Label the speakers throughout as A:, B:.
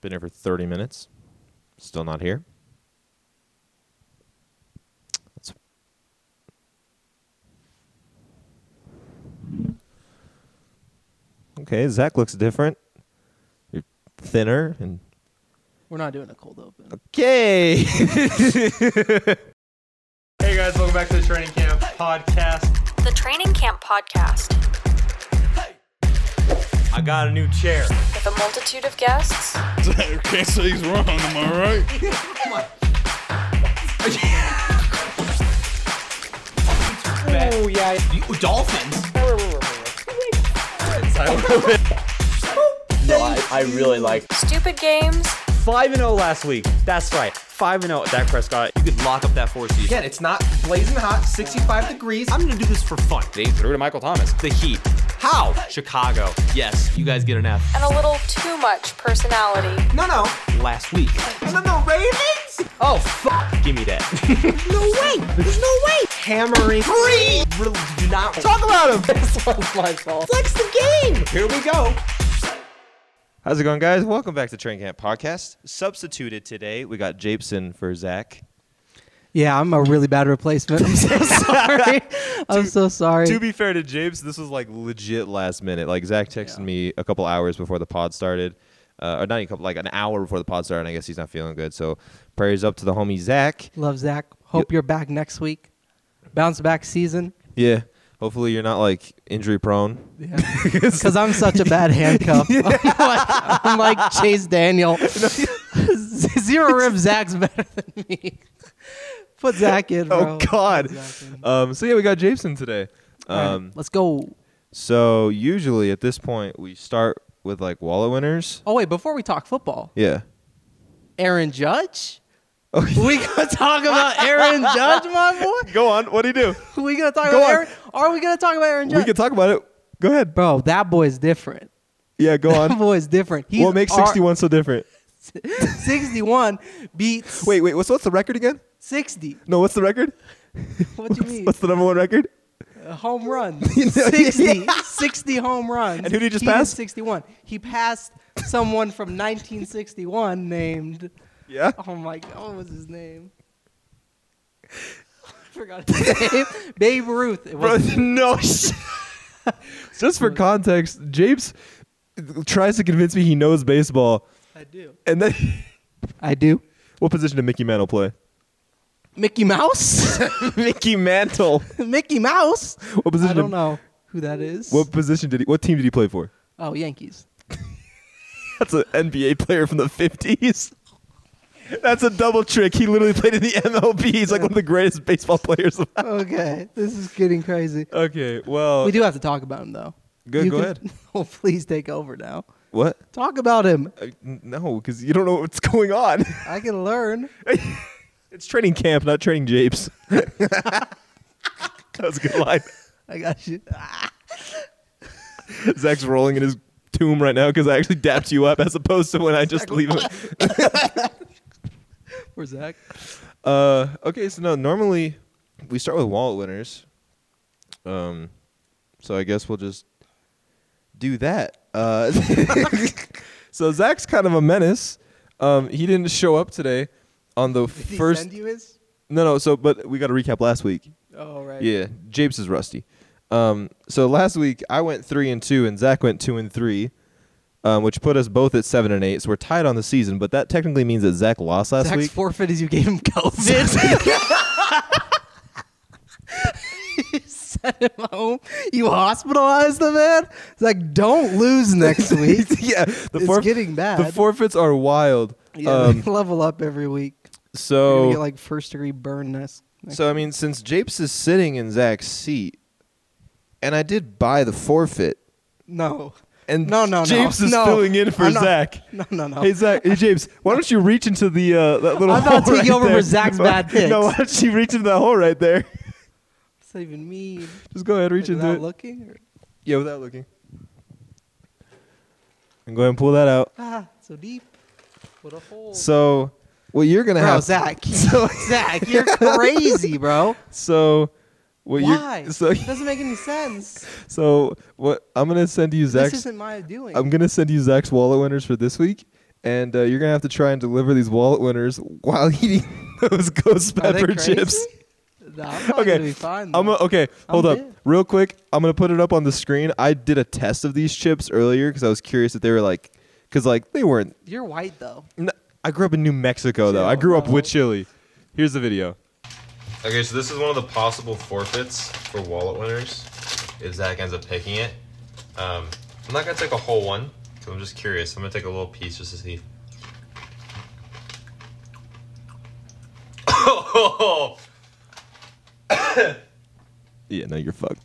A: Been here for 30 minutes. Still not here. That's- Okay, Zach looks different. You're thinner and
B: We're not doing a cold open.
A: okay.
C: Hey guys, welcome back to the Training Camp podcast.
D: The Training Camp Podcast
C: I got a new chair.
D: with a multitude of guests.
E: Can't say he's wrong, am I right?
C: Oh yeah, you, dolphins.
F: No, I, I really like
D: Stupid games.
G: 5 and 0 last week. That's right. 5 and 0 Dak Prescott.
F: you could lock up that four season.
C: Again, it's not blazing hot, 65 degrees. I'm gonna do this for fun.
F: They threw to Michael Thomas. The Heat.
C: How?
F: Chicago. Yes, you guys get an F.
D: and a little too much personality.
C: No, no,
F: Last week.
C: no, no, Ravens.
F: Oh fuck! Give me that.
C: No way. There's no way. Hammering. Free.
F: really do not
C: Talk about him.
B: this one's my fault.
C: Flex the game. Here we go.
A: How's it going, guys? Welcome back to Train Camp Podcast. Substituted today, we got Japson for Zach.
B: Yeah, I'm a really bad replacement. I'm so sorry. I'm so sorry.
A: to be fair to James, this was like legit last minute. Like Zach texted me a couple hours before the pod started, uh, or not even a couple, like an hour before the pod started. And I guess he's not feeling good, so prayers up to the homie Zach.
B: Love Zach. Hope you're back next week. Bounce back season.
A: Yeah, hopefully you're not like injury prone.
B: Because I'm such a bad handcuff. I'm, like, I'm like Chase Daniel. Zero rib Zach's better than me. Put Zach in, bro.
A: Oh God.
B: Zach in.
A: Um, so yeah, we got Jameson today.
B: All
A: Um,
B: right, let's go.
A: So usually at this point we start with like wallet winners.
B: Oh wait, before we talk football,
A: Yeah.
B: Aaron Judge.
A: Oh, yeah.
B: We gonna talk about Aaron Judge, my
A: Go on. What do you do?
B: boy. We gonna talk
A: Go
B: about
A: on.
B: Aaron. Are we gonna talk about Aaron Judge?
A: We can talk about it. Go ahead.
B: bro, that boy's different.
A: Yeah, go
B: That
A: on.
B: boy's different. He's
A: What makes
B: our-
A: 61 so different?
B: 61 beats
A: Wait, wait. What's what's the record again?
B: 60.
A: No, what's the record?
B: What do you mean?
A: What's the number one record?
B: home run.
A: You know,
B: 60,
A: yeah.
B: 60 home runs.
A: And who did he just
B: did
A: pass?
B: 61. He passed someone from 1961 named.
A: Yeah.
B: Oh my God, what was his name? I forgot his name. Babe Ruth. It
A: Bro,
B: was
A: no. sh- Just for context, Japes tries to convince me he knows baseball,
B: I do.
A: and then
B: I do.
A: what position did Mickey Mantle play?
B: Mickey Mouse.
A: Mickey Mantle.
B: Mickey Mouse.
A: What position?
B: I don't
A: did-
B: know who that is.
A: What position did he? What team did he play for?
B: Oh, Yankees.
A: That's an NBA player from the fifties. That's a double trick. He literally played in the MLB. He's like one of the greatest baseball players. of-
B: Okay, this is getting crazy.
A: okay, well,
B: We do have to talk about him though.
A: Good,
B: You
A: go
B: can-
A: ahead.
B: Oh, please take over now.
A: what?
B: Talk about him.
A: Uh, n- no, because you don't know what's going on.
B: I can learn.
A: it's training camp, not training japes. that was a good line.
B: I got you. Ah,
A: Zach's rolling in his tomb right now because I actually dapped you up as opposed to when I just leave him.
B: Poor Zach.
A: Uh, okay, so no, normally we start with wallet winners. Um, so I guess we'll just do that. Uh, so Zach's kind of a menace. Um, he didn't show up today on the
B: Did he
A: first.
B: send you his?
A: No, no. So, but we got to recap last week.
B: Oh right.
A: Yeah, Japes is rusty. Um, so last week I went three and two, and Zach went two and three, um, which put us both at seven and eight. So we're tied on the season, but that technically means that Zach lost last
B: Zach's
A: week.
B: forfeit is you gave him COVID. You Sent him home. You hospitalized the man. It's like, don't lose next week.
A: yeah, the
B: It's
A: forf-
B: getting bad.
A: The forfeits are wild.
B: yeah,
A: Um, oh.
B: level up every week. You're
A: so,
B: gonna get like first degree burn next. next
A: so I mean, since Japes is sitting in Zach's seat, and I did buy the forfeit,
B: No.
A: and
B: No, no, no.
A: Japes is
B: No.
A: filling in for
B: I'm not-
A: Zach.
B: No, no, no.
A: Hey Zach, hey James, why don't you reach into the uh, that little?
B: I'm not
A: hole right
B: taking over for
A: there.
B: Zach's
A: Why-
B: bad picks.
A: No, why don't you reach into that hole right there?
B: What's that even mean?
A: Just go ahead,
B: Like,
A: reach into
B: without
A: it.
B: looking? Or?
A: yeah, without looking. And go ahead and pull that out.
B: Ah, so deep. What a hole.
A: So, what you're gonna
B: bro,
A: have?
B: Zach.
A: So,
B: Zach, you're crazy, bro.
A: so what
B: Why?
A: you? So,
B: it doesn't make any sense.
A: so what? I'm gonna send you
B: This
A: Zach's.
B: isn't my doing.
A: I'm gonna send you Zach's wallet winners for this week, and uh, you're gonna have to try and deliver these wallet winners while eating those ghost
B: Are they
A: pepper
B: crazy?
A: chips.
B: No, I'm probably
A: Okay,
B: gonna be fine.
A: I'm
B: though.
A: a, okay. Hold up,
B: good.
A: real quick. I'm gonna put it up on the screen. I did a test of these chips earlier because I was curious if they were like, because like they weren't.
B: You're white though.
A: n- I grew up in New Mexico though. I grew up
B: Uh-huh.
A: with chili. Here's the video.
H: Okay, so this is one of the possible forfeits for wallet winners if Zach ends up picking it. Um, I'm not gonna take a whole one because I'm just curious. I'm gonna take a little piece just to see.
A: Yeah, no, you're fucked.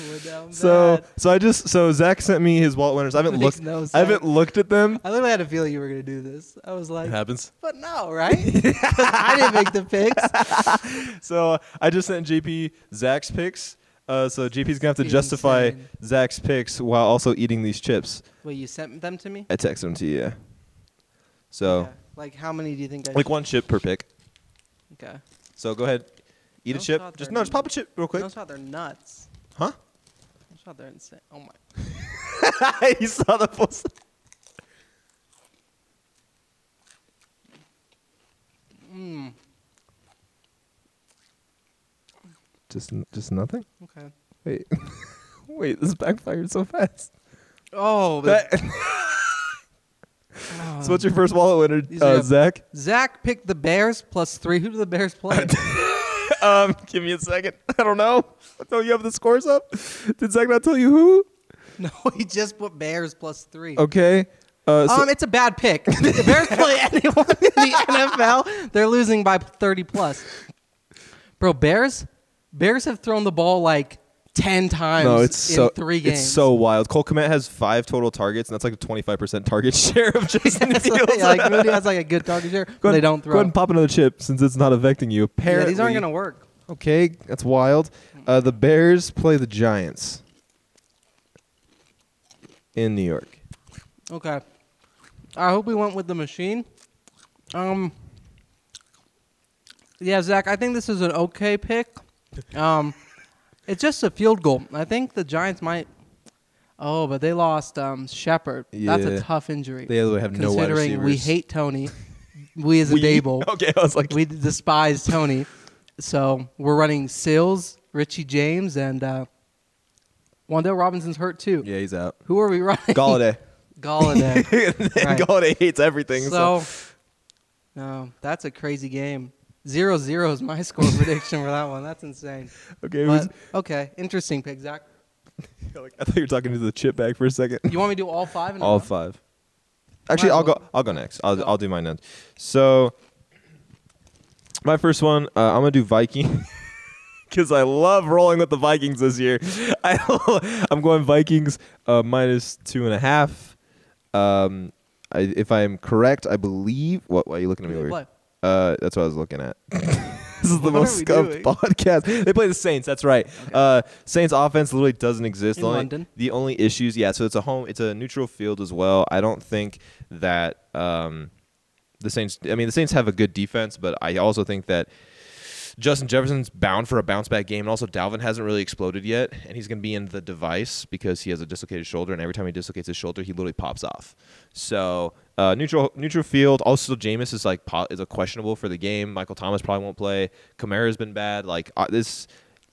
B: We're down
A: So,
B: bad.
A: so I just so Zach sent me his wallet winners. I haven't
B: Makes
A: looked.
B: no
A: I haven't looked at them.
B: I literally had a feeling you were gonna do this. I was like,
A: It happens.
B: but no, right? 'Cause I didn't make the picks.
A: So uh, I just sent JP Zach's picks. Uh, so JP's gonna have to
B: Be
A: justify
B: insane.
A: Zach's picks while also eating these chips.
B: Wait, you sent them to me?
A: I texted them to you. Yeah. So
B: Okay. Like, how many do you think I?
A: Oh. like
B: should-
A: one chip per pick.
B: Okay.
A: So go ahead, eat
B: No
A: a chip.
B: shot
A: Just
B: there,
A: no, just
B: dude.
A: pop a chip real quick.
B: No shot, they're nuts.
A: Huh?
B: No shot, they're insane. Oh my.
A: you saw the post.
B: Mm.
A: Just, n- just nothing.
B: Okay.
A: Wait, wait, this backfired so fast.
B: Oh,
A: That- so what's your first wallet winner,
B: These
A: uh,
B: are-
A: Zach?
B: Zach picked the Bears plus three. Who do the Bears play?
A: Um, give me a second. I don't know. Don't you have the scores up? Did Zach not tell you who?
B: no, he just put Bears plus three.
A: Okay. Uh, so,
B: Um, it's a bad pick. The Bears play anyone in the NFL, they're losing by 30 plus. Bro, Bears, Bears have thrown the ball like 10 times
A: no, it's
B: in
A: so
B: three games.
A: It's so wild. Cole Komet has five total targets, and that's like a twenty-five percent target share of Justin
B: That's
A: Fields.
B: what they- like Moody has like a good target share.
A: Go
B: but they
A: ahead-
B: don't throw.
A: Go ahead and pop another chip since it's not affecting you.
B: yeah,
A: Apparently,
B: these aren't gonna work.
A: Okay, that's wild. Uh, the Bears play the Giants in New York.
B: Okay. I hope we went with the machine. Um. Yeah, Zach, I think this is an okay pick. Um, it's just a field goal. I think the Giants might. Oh, but they lost um, Shepard. That's
A: Yeah.
B: a tough injury.
A: They have no wide
B: considering we
A: receivers.
B: hate Tony, we as a Dable,
A: Okay, I was like,
B: we despise Tony. So we're running Sills, Richie James, and uh, Wandell Robinson's hurt too.
A: yeah, he's out.
B: Who are we running?
A: Galladay.
B: Galladay. Right.
A: Galladay hates everything. So,
B: So, no, that's a crazy game. Zero zero is my score prediction for that one. That's insane.
A: okay, who's,
B: But, okay, interesting pick, Zach.
A: I thought you were talking to the chip bag for a second.
B: You want me to do all five? In a
A: All
B: row?
A: five. Actually,
B: Might
A: I'll
B: as well.
A: go. I'll go next. I'll
B: Go.
A: I'll do mine next. So, my first one, uh, I'm gonna do Viking because I love rolling with the Vikings this year. I I'm going Vikings uh, minus two and a half. Um, I, if I am correct, I believe. What? Why are you looking at me
B: Who they
A: weird?
B: play?
A: Uh, that's what I was looking at. This is the
B: What are
A: most
B: we
A: scuffed
B: doing?
A: podcast. They play the Saints. That's right. Uh, Saints offense literally doesn't exist.
B: In
A: the only,
B: London.
A: The only issues, yeah. So it's a home. It's a neutral field as well. I don't think that um, the Saints. I mean, the Saints have a good defense, but I also think that Justin Jefferson's bound for a bounce back game, and also Dalvin hasn't really exploded yet, and he's going to be in the device because he has a dislocated shoulder, and every time he dislocates his shoulder, he literally pops off. So uh, neutral neutral field. Also, Jameis is like po- is a questionable for the game. Michael Thomas probably won't play. Kamara's been bad. Like uh, this,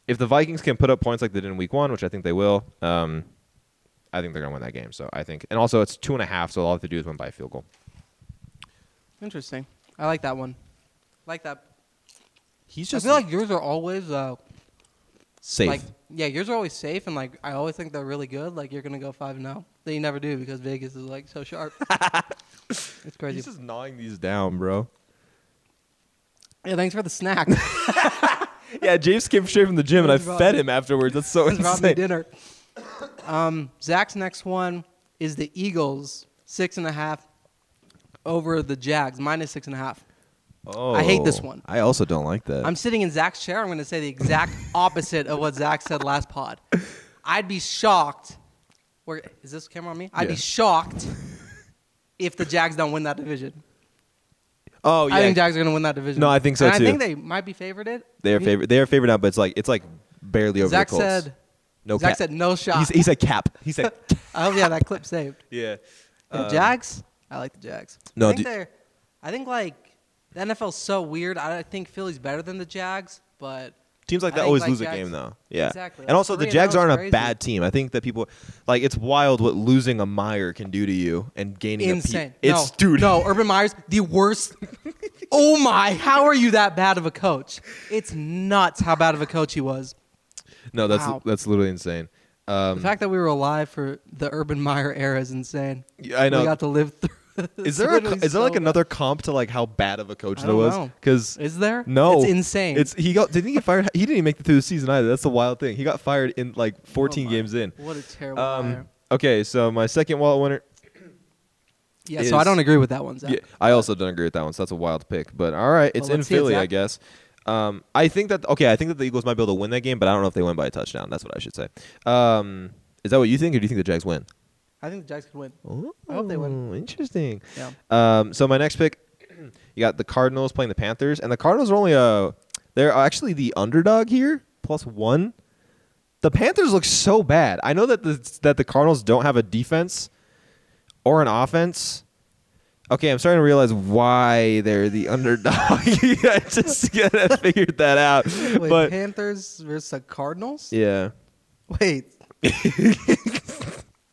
A: if the Vikings can put up points like they did in Week One, which I think they will, um, I think they're going to win that game. So I think, and also it's two and a half, so all I have to do is win by a field goal.
B: Interesting. I like that one. Like that.
A: He's
B: I
A: just
B: feel like yours are always uh,
A: safe.
B: like yeah, yours are always safe, and like I always think they're really good. Like you're gonna go five and zero. Then you never do because Vegas is like so sharp. it's crazy.
A: He's just gnawing these down, bro.
B: yeah, thanks for the snack.
A: Yeah, James came straight from the gym, and I
B: That's right.
A: fed him afterwards. That's so
B: Just robbed me
A: insane.
B: dinner. Um, Zach's next one is the Eagles six and a half over the Jags minus six and a half.
A: Oh,
B: I hate this one.
A: I also don't like that.
B: I'm sitting in Zach's chair. I'm going to say the exact opposite of what Zach said last pod. I'd be shocked. Where is this camera on me? I'd
A: Yeah.
B: be shocked if the Jags don't win that division.
A: oh yeah,
B: I think Jags are going to win that division.
A: No, I think so,
B: And I
A: too.
B: think they might be favored. It.
A: they are favorite. They are favorite now, but it's like it's like barely over
B: Zach
A: the Colts.
B: said
A: No
B: Zach
A: cap.
B: said no shot.
A: He's, he's a cap. He said,
B: I hope you had that clip saved.
A: yeah.
B: The Jags? I like the Jags.
A: Um, No,
B: I think
A: do-
B: they're. I think like the NFL's so weird. I don't think Philly's better than the Jags, but
A: Teams like
B: I
A: that
B: think,
A: always
B: like,
A: lose
B: Jags-
A: a game though. Yeah.
B: exactly.
A: And
B: Like,
A: also the
B: 3-0
A: Jags
B: is
A: aren't
B: crazy.
A: a bad team. I think that people like it's wild what losing a Meyer can do to you and gaining
B: insane.
A: a P-
B: no,
A: It's dude.
B: No, Urban Meyer's the worst. oh my! How are you that bad of a coach? It's nuts how bad of a coach he was.
A: No, that's
B: Wow.
A: that's literally insane. Um,
B: The fact that we were alive for the Urban Meyer era is insane.
A: Yeah, I know.
B: We got to live through.
A: is
B: It's
A: there a, co-
B: literally
A: is there
B: so
A: like
B: bad.
A: another comp to like how bad of a coach
B: I
A: that
B: don't
A: was?
B: know.
A: Because
B: Is there?
A: no,
B: It's insane.
A: It's he got didn't he get fired? He didn't even make it through the season either. That's the wild thing. He got fired in like 14
B: Oh my.
A: games in.
B: what a terrible. hire.
A: Um, okay, so my second wallet winner.
B: Yeah, so I
A: is-
B: don't agree with that one, Zach.
A: Yeah, I also don't agree with that one. So that's a wild pick. But all right, it's
B: Well,
A: in
B: let's see it,
A: Philly, I
B: Zach.
A: guess. Um, I think that okay. I think that the Eagles might be able to win that game, but I don't know if they win by a touchdown. That's what I should say. Um, is that what you think, or do you think the Jags win?
B: I think the Jags could win. I hope they win.
A: Ooh, Oh, Interesting.
B: Yeah.
A: Um, so my next pick, you got the Cardinals playing the Panthers, and the Cardinals are only uh they're actually the underdog here, plus one. The Panthers look so bad. I know that the that the Cardinals don't have a defense or an offense. Okay, I'm starting to realize why they're the underdog. I just gotta figured that out.
B: Wait,
A: but
B: Panthers versus the Cardinals?
A: yeah,
B: Wait,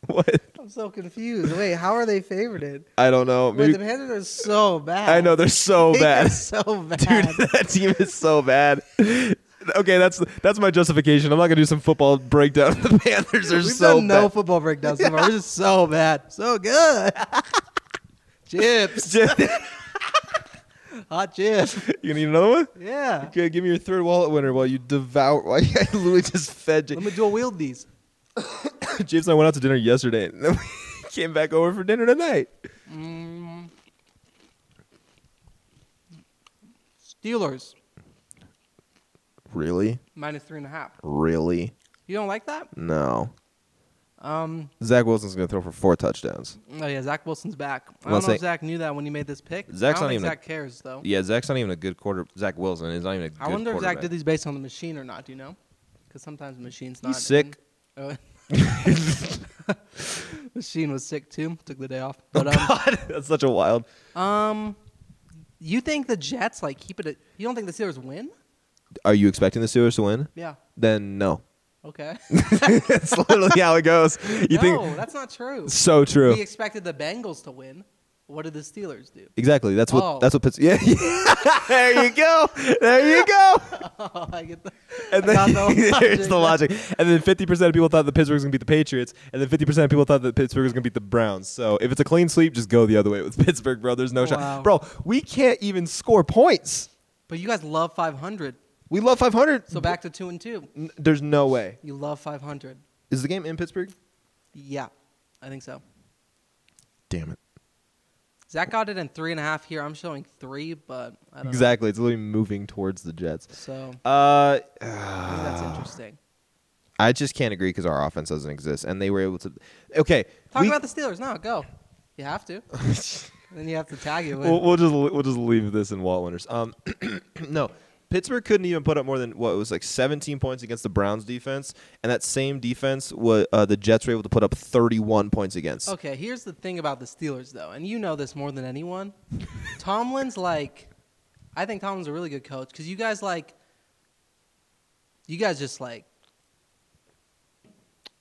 A: what?
B: I'm so confused. Wait, how are they favorited?
A: I don't know.
B: Wait,
A: Maybe-
B: the Panthers are so bad.
A: I know they're so
B: They are
A: bad.
B: so bad.
A: Dude, that team is so bad. Okay, that's that's my justification. I'm not gonna do some football breakdown. The Panthers are
B: We've
A: so
B: done no
A: bad.
B: football breakdowns so far. We're just so bad. So good. chips. Hot chips.
A: you need another one?
B: Yeah.
A: Okay, give me your third wallet winner while you devour. Why I literally just fed
B: Let
A: James.
B: me dual wield these.
A: James and I went out to dinner yesterday, and then we came back over for dinner tonight.
B: Steelers,
A: Really,
B: minus three and a half.
A: really?
B: You don't like that?
A: No.
B: Um,
A: Zach Wilson's gonna throw for four touchdowns.
B: oh yeah, Zach Wilson's back. I
A: Let's
B: don't know if
A: say-
B: Zach knew that when he made this pick.
A: Zach's
B: I don't
A: not
B: think
A: even a-
B: Zach cares though.
A: Yeah, Zach's not even a good quarter. Zach Wilson is not even a good
B: I wonder if Zach
A: quarterback.
B: did these based on the machine or not. Do you know? Because sometimes machine's not.
A: sick.
B: in- Oh. machine Uh, was sick too. Took the day off. But um,
A: That's such a wild.
B: um, you think the Jets like keep it? At, you don't think the Steelers win?
A: Are you expecting the Steelers to win?
B: Yeah.
A: Then no.
B: Okay.
A: That's literally how it goes. You
B: no,
A: think
B: that's not true.
A: so true.
B: We expected the Bengals to win. What did the Steelers do?
A: Exactly. That's what.
B: Oh.
A: That's what. Puts, yeah. there you go. There you go.
B: Oh, I get the.
A: And
B: I
A: then
B: got the
A: here's the
B: logic.
A: logic. And then 50% of people thought that Pittsburgh was gonna beat the Patriots, and then 50% of people thought that Pittsburgh was gonna beat the Browns. So if it's a clean sweep, just go the other way with Pittsburgh, bro. There's no
B: Wow.
A: shot, bro. We can't even score points.
B: But you guys love 500.
A: We love 500.
B: So back to two and two.
A: N- There's no way.
B: You love 500.
A: Is the game in Pittsburgh?
B: Yeah, I think so.
A: Damn it.
B: Zach got it in three and a half here. I'm showing three, but I don't
A: Exactly. It's literally moving towards the Jets.
B: know. So
A: Uh,
B: I think
A: Ah.
B: that's interesting.
A: I just can't agree because our offense doesn't exist, and they were able to. Okay,
B: Talk
A: we-
B: about the Steelers. No, go. You have to. then you have to tag it with.
A: We'll, we'll just we'll just leave this in Walt Winters. Um, no, Pittsburgh couldn't even put up more than what it was like 17 points against the Browns defense, and that same defense was uh, the Jets were able to put up 31 points against.
B: okay, here's the thing about the Steelers, though, and you know this more than anyone. Tomlin's like, I think Tomlin's a really good coach because you guys like, you guys just like,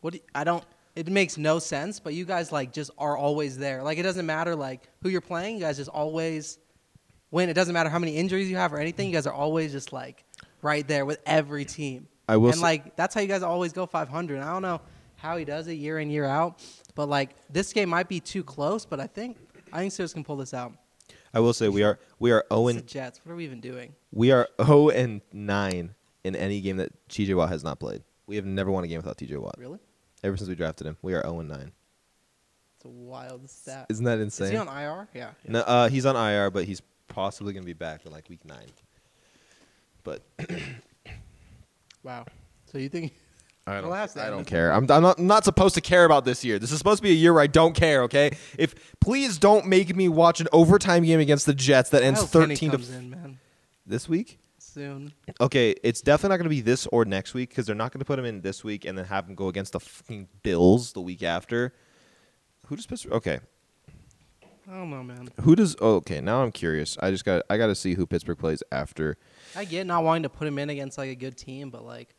B: what? Do you- I don't. It makes no sense, but you guys like just are always there. Like it doesn't matter like who you're playing. You guys just always win. It doesn't matter how many injuries you have or anything. You guys are always just like right there with every team.
A: I will
B: And
A: s-
B: like that's how you guys always go 500. I don't know how he does it year in year out, but like this game might be too close. But I think I think Steelers can pull this out.
A: I will say we are we are 0
B: It's the
A: and
B: Jets. What are we even doing?
A: we are 0 and 9 in any game that T.J. Watt has not played. We have never won a game without T.J. Watt.
B: Really?
A: Ever since we drafted him, we are 0 and 9.
B: It's a wild stat.
A: Isn't that
B: Is
A: insane?
B: he on IR? Yeah.
A: No, uh, he's on IR, but he's possibly going to be back in like week nine. But
B: Wow. So you think?
A: I
B: Well, that's
A: I
B: not-
A: don't care. I'm, I'm not I'm not supposed to care about this year. This is supposed to be a year where I don't care. Okay, if please don't make me watch an overtime game against the Jets that
B: I
A: ends
B: hope Kenny
A: 13 to
B: comes in, man.
A: this week.
B: soon.
A: Okay, it's definitely not going to be this or next week because they're not going to put him in this week and then have him go against the fucking Bills the week after. Who does Pittsburgh? Okay,
B: I don't know, man.
A: who does? Oh, okay, now I'm curious. I just got I got to see who Pittsburgh plays after.
B: I get not wanting to put him in against like a good team, but like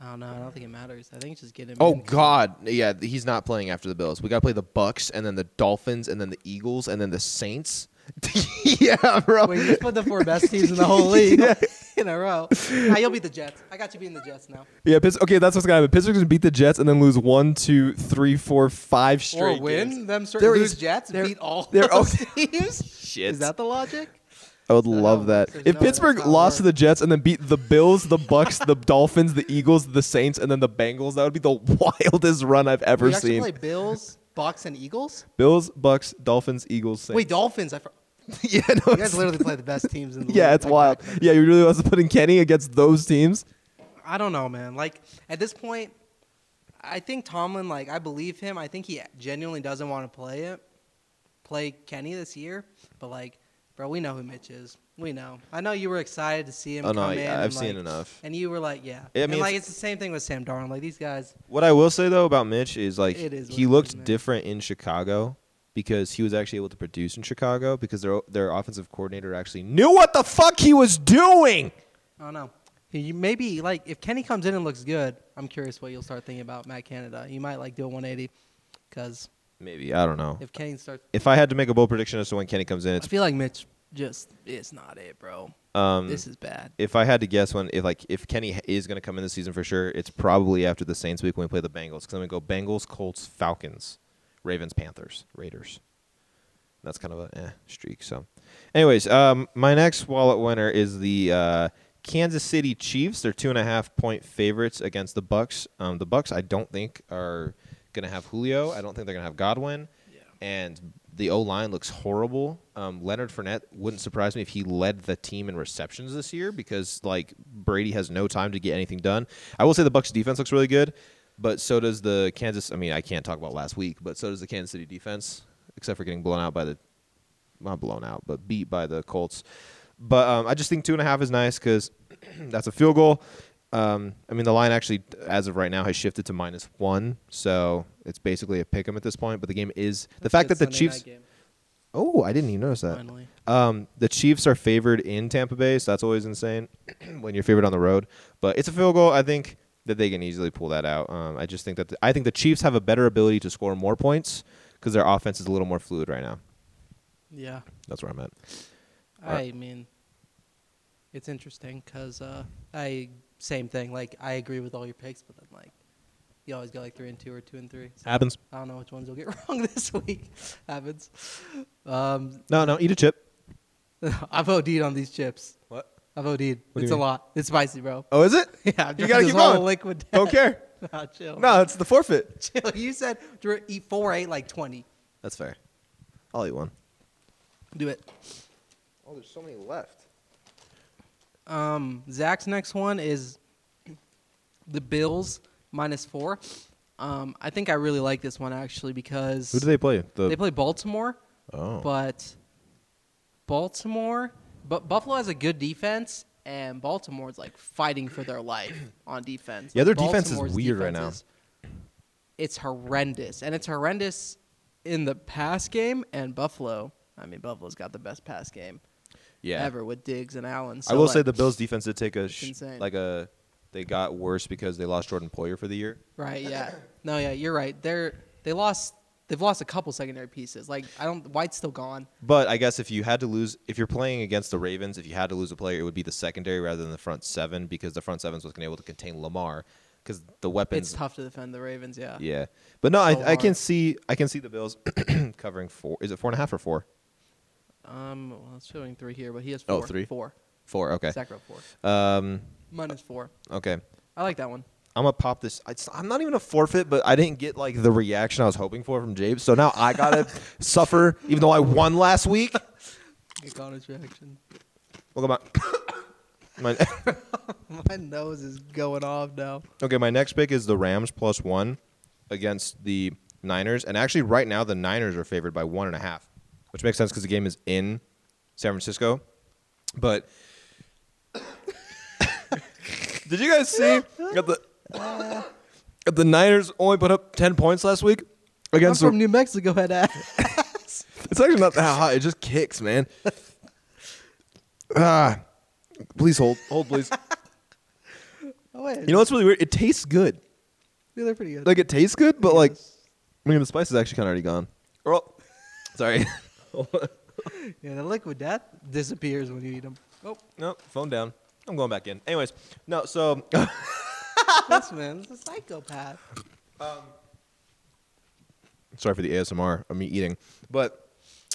B: I don't know. I don't think it matters. I think just get him.
A: Oh
B: in.
A: God, yeah, th- he's not playing after the Bills. We got to play the Bucks and then the Dolphins and then the Eagles and then the Saints. yeah, bro.
B: Wait, you just put the four best teams in the whole league in a row. Nah, you'll beat the Jets. I got you beating the Jets now.
A: Yeah, Pitts- okay, that's what's gonna happen. Pittsburgh's gonna beat the Jets and then lose one, two, three, four, five straight.
B: or win
A: games.
B: them certain
A: There
B: lose
A: is-
B: Jets,
A: there-
B: beat all
A: there-
B: those
A: okay.
B: teams.
A: Shit.
B: Is that the logic?
A: I would
B: I
A: love
B: know,
A: that.
B: there's
A: If
B: no- that's
A: Pittsburgh
B: not
A: lost
B: work.
A: to the Jets and then beat the Bills, the Bucks, the Dolphins, the Eagles, the Saints, and then the Bengals, that would be the wildest run I've ever
B: we actually
A: seen.
B: play Bills, Bucks, and Eagles.
A: Bills, Bucks, Dolphins, Eagles, Saints.
B: Wait, Dolphins. I fr-
A: yeah, no,
B: you guys
A: it's-
B: literally play the best teams in the league.
A: yeah, it's
B: like,
A: wild.
B: back to back.
A: Yeah, you really want to put in Kenny against those teams?
B: I don't know, man. Like at this point, I think Tomlin, like I believe him. I think he genuinely doesn't want to play it, play Kenny this year. But like, bro, we know who Mitch is. We know. I know you were excited to see him.
A: Oh, no,
B: come
A: I-
B: in
A: I've
B: and,
A: seen
B: like-
A: enough.
B: And you were like, yeah.
A: Yeah, I
B: I mean,
A: mean,
B: like
A: it's-
B: it's the same thing with Sam Darnold. Like these guys.
A: What I will say though about Mitch is like
B: It is what
A: he
B: it
A: looked
B: is, man.
A: different in Chicago because he was actually able to produce in Chicago because their their offensive coordinator actually knew what the fuck he was doing.
B: I don't know. You maybe like if Kenny comes in and looks good, I'm curious what you'll start thinking about Matt Canada. You might like do a 180 because
A: Maybe I don't know. If,
B: if Kenny starts,
A: I had to make a bold prediction as to when Kenny comes in,
B: I
A: it's
B: feel like Mitch just it's not it, bro.
A: um
B: This is bad.
A: if I had to guess when if like if Kenny is going to come in this season for sure, it's probably after the Saints week when we play the Bengals because I'm going to go Bengals, Colts, Falcons, Ravens, Panthers, Raiders. That's kind of a eh, streak. So, anyways, um, my next wallet winner is the uh, Kansas City Chiefs. They're two and a half point favorites against the Bucks. Um, the Bucks, I don't think are going to have Julio. I don't think they're going to have Godwin. And the O line looks horrible. Um, Leonard Fournette wouldn't surprise me if he led the team in receptions this year because like Brady has no time to get anything done. I will say the Bucks defense looks really good, but so does the Kansas. I mean, I can't talk about last week, but so does the Kansas City defense, except for getting blown out by the not blown out, but beat by the Colts. But um, I just think two and a half is nice because that's a field goal. Um, I mean, the line actually, as of right now, has shifted to minus one, so it's basically a pick 'em at this point. But the game is the fact that the Chiefs. Oh, I didn't even notice that.
B: Finally.
A: Um, the Chiefs are favored in Tampa Bay, so that's always insane when you're favored on the road. But it's a field goal. I think that they can easily pull that out. Um, I just think that the, I think the Chiefs have a better ability to score more points because their offense is a little more fluid right now.
B: Yeah,
A: That's where I'm at.
B: I mean, it's interesting because uh, I same thing. Like I agree with all your picks, but then like you always go like three and two or two and three. So
A: Happens.
B: I don't know which ones you'll get wrong this week. Happens. Um,
A: No, no, eat a chip.
B: I've OD'd on these chips.
A: What?
B: I've OD'd.
A: What do
B: it's
A: you
B: a
A: mean?
B: lot. It's spicy, bro.
A: Oh, is it?
B: Yeah, I've
A: you
B: drunk
A: gotta
B: this
A: keep
B: whole
A: going.
B: Liquid
A: Don't care.
B: Nah, chill.
A: No, it's the forfeit.
B: chill. You said dr- eat four, eight, like twenty.
A: That's fair. I'll eat one.
B: Do it.
A: Oh, there's so many left.
B: Um, Zach's next one is the Bills minus four. Um, I think I really like this one actually because
A: Who do they play? The
B: they play Baltimore,
A: Oh.
B: but Baltimore, but Buffalo has a good defense, and Baltimore's like fighting for their life on defense.
A: Yeah, their
B: Like,
A: defense is
B: Baltimore's
A: weird right
B: defense is- it's horrendous, and it's horrendous in the pass game. And Buffalo, I mean, Buffalo's got the best pass game
A: yeah.
B: ever with Diggs and Allen.
A: I
B: So,
A: will say
B: like-
A: the Bills defense did take a sh-
B: insane.
A: like a they got worse because they lost Jordan Poyer for the year.
B: Right. Yeah. No. Yeah. You're right. They're they lost. They've lost a couple secondary pieces. Like I don't. White's still gone.
A: But I guess if you had to lose, if you're playing against the Ravens, if you had to lose a player, it would be the secondary rather than the front seven because the front sevens was able to contain Lamar because the weapons
B: It's tough to defend the Ravens. Yeah.
A: Yeah, but no,
B: So
A: I, I can
B: hard.
A: see I can see the Bills covering four. Is it four and a half or four?
B: Um. Well, it's showing three here, but he has
A: Oh,
B: four.
A: three?
B: Four.
A: Four. Okay.
B: Zach wrote four.
A: Um.
B: Minus four.
A: Okay.
B: I like that one.
A: I'm gonna pop this. It's, I'm not even a forfeit, but I didn't get like the reaction I was hoping for from James, so now I gotta suffer, even though I won last week.
B: Good Connor's reaction.
A: Look at my. my
B: My nose is going off now.
A: Okay, my next pick is the Rams plus one against the Niners, and actually, right now the Niners are favored by one and a half, which makes sense because the game is in San Francisco. But Did you guys see that the that the Niners only put up ten points last week
B: I'm
A: against?
B: from
A: The,
B: New Mexico, head ass.
A: it's actually not that hot. It just kicks, man. ah, please hold, hold, please.
B: Oh, wait.
A: You know what's really weird? It tastes good.
B: Yeah, they're pretty good.
A: Like it tastes good, but like, I mean, the spice is actually kind of already gone. Or, oh, sorry.
B: yeah, the liquid death disappears when you eat them. Oh,
A: no, phone down. I'm going back in. Anyways, no. So
B: this man's a psychopath.
A: sorry for the ASMR of me eating, but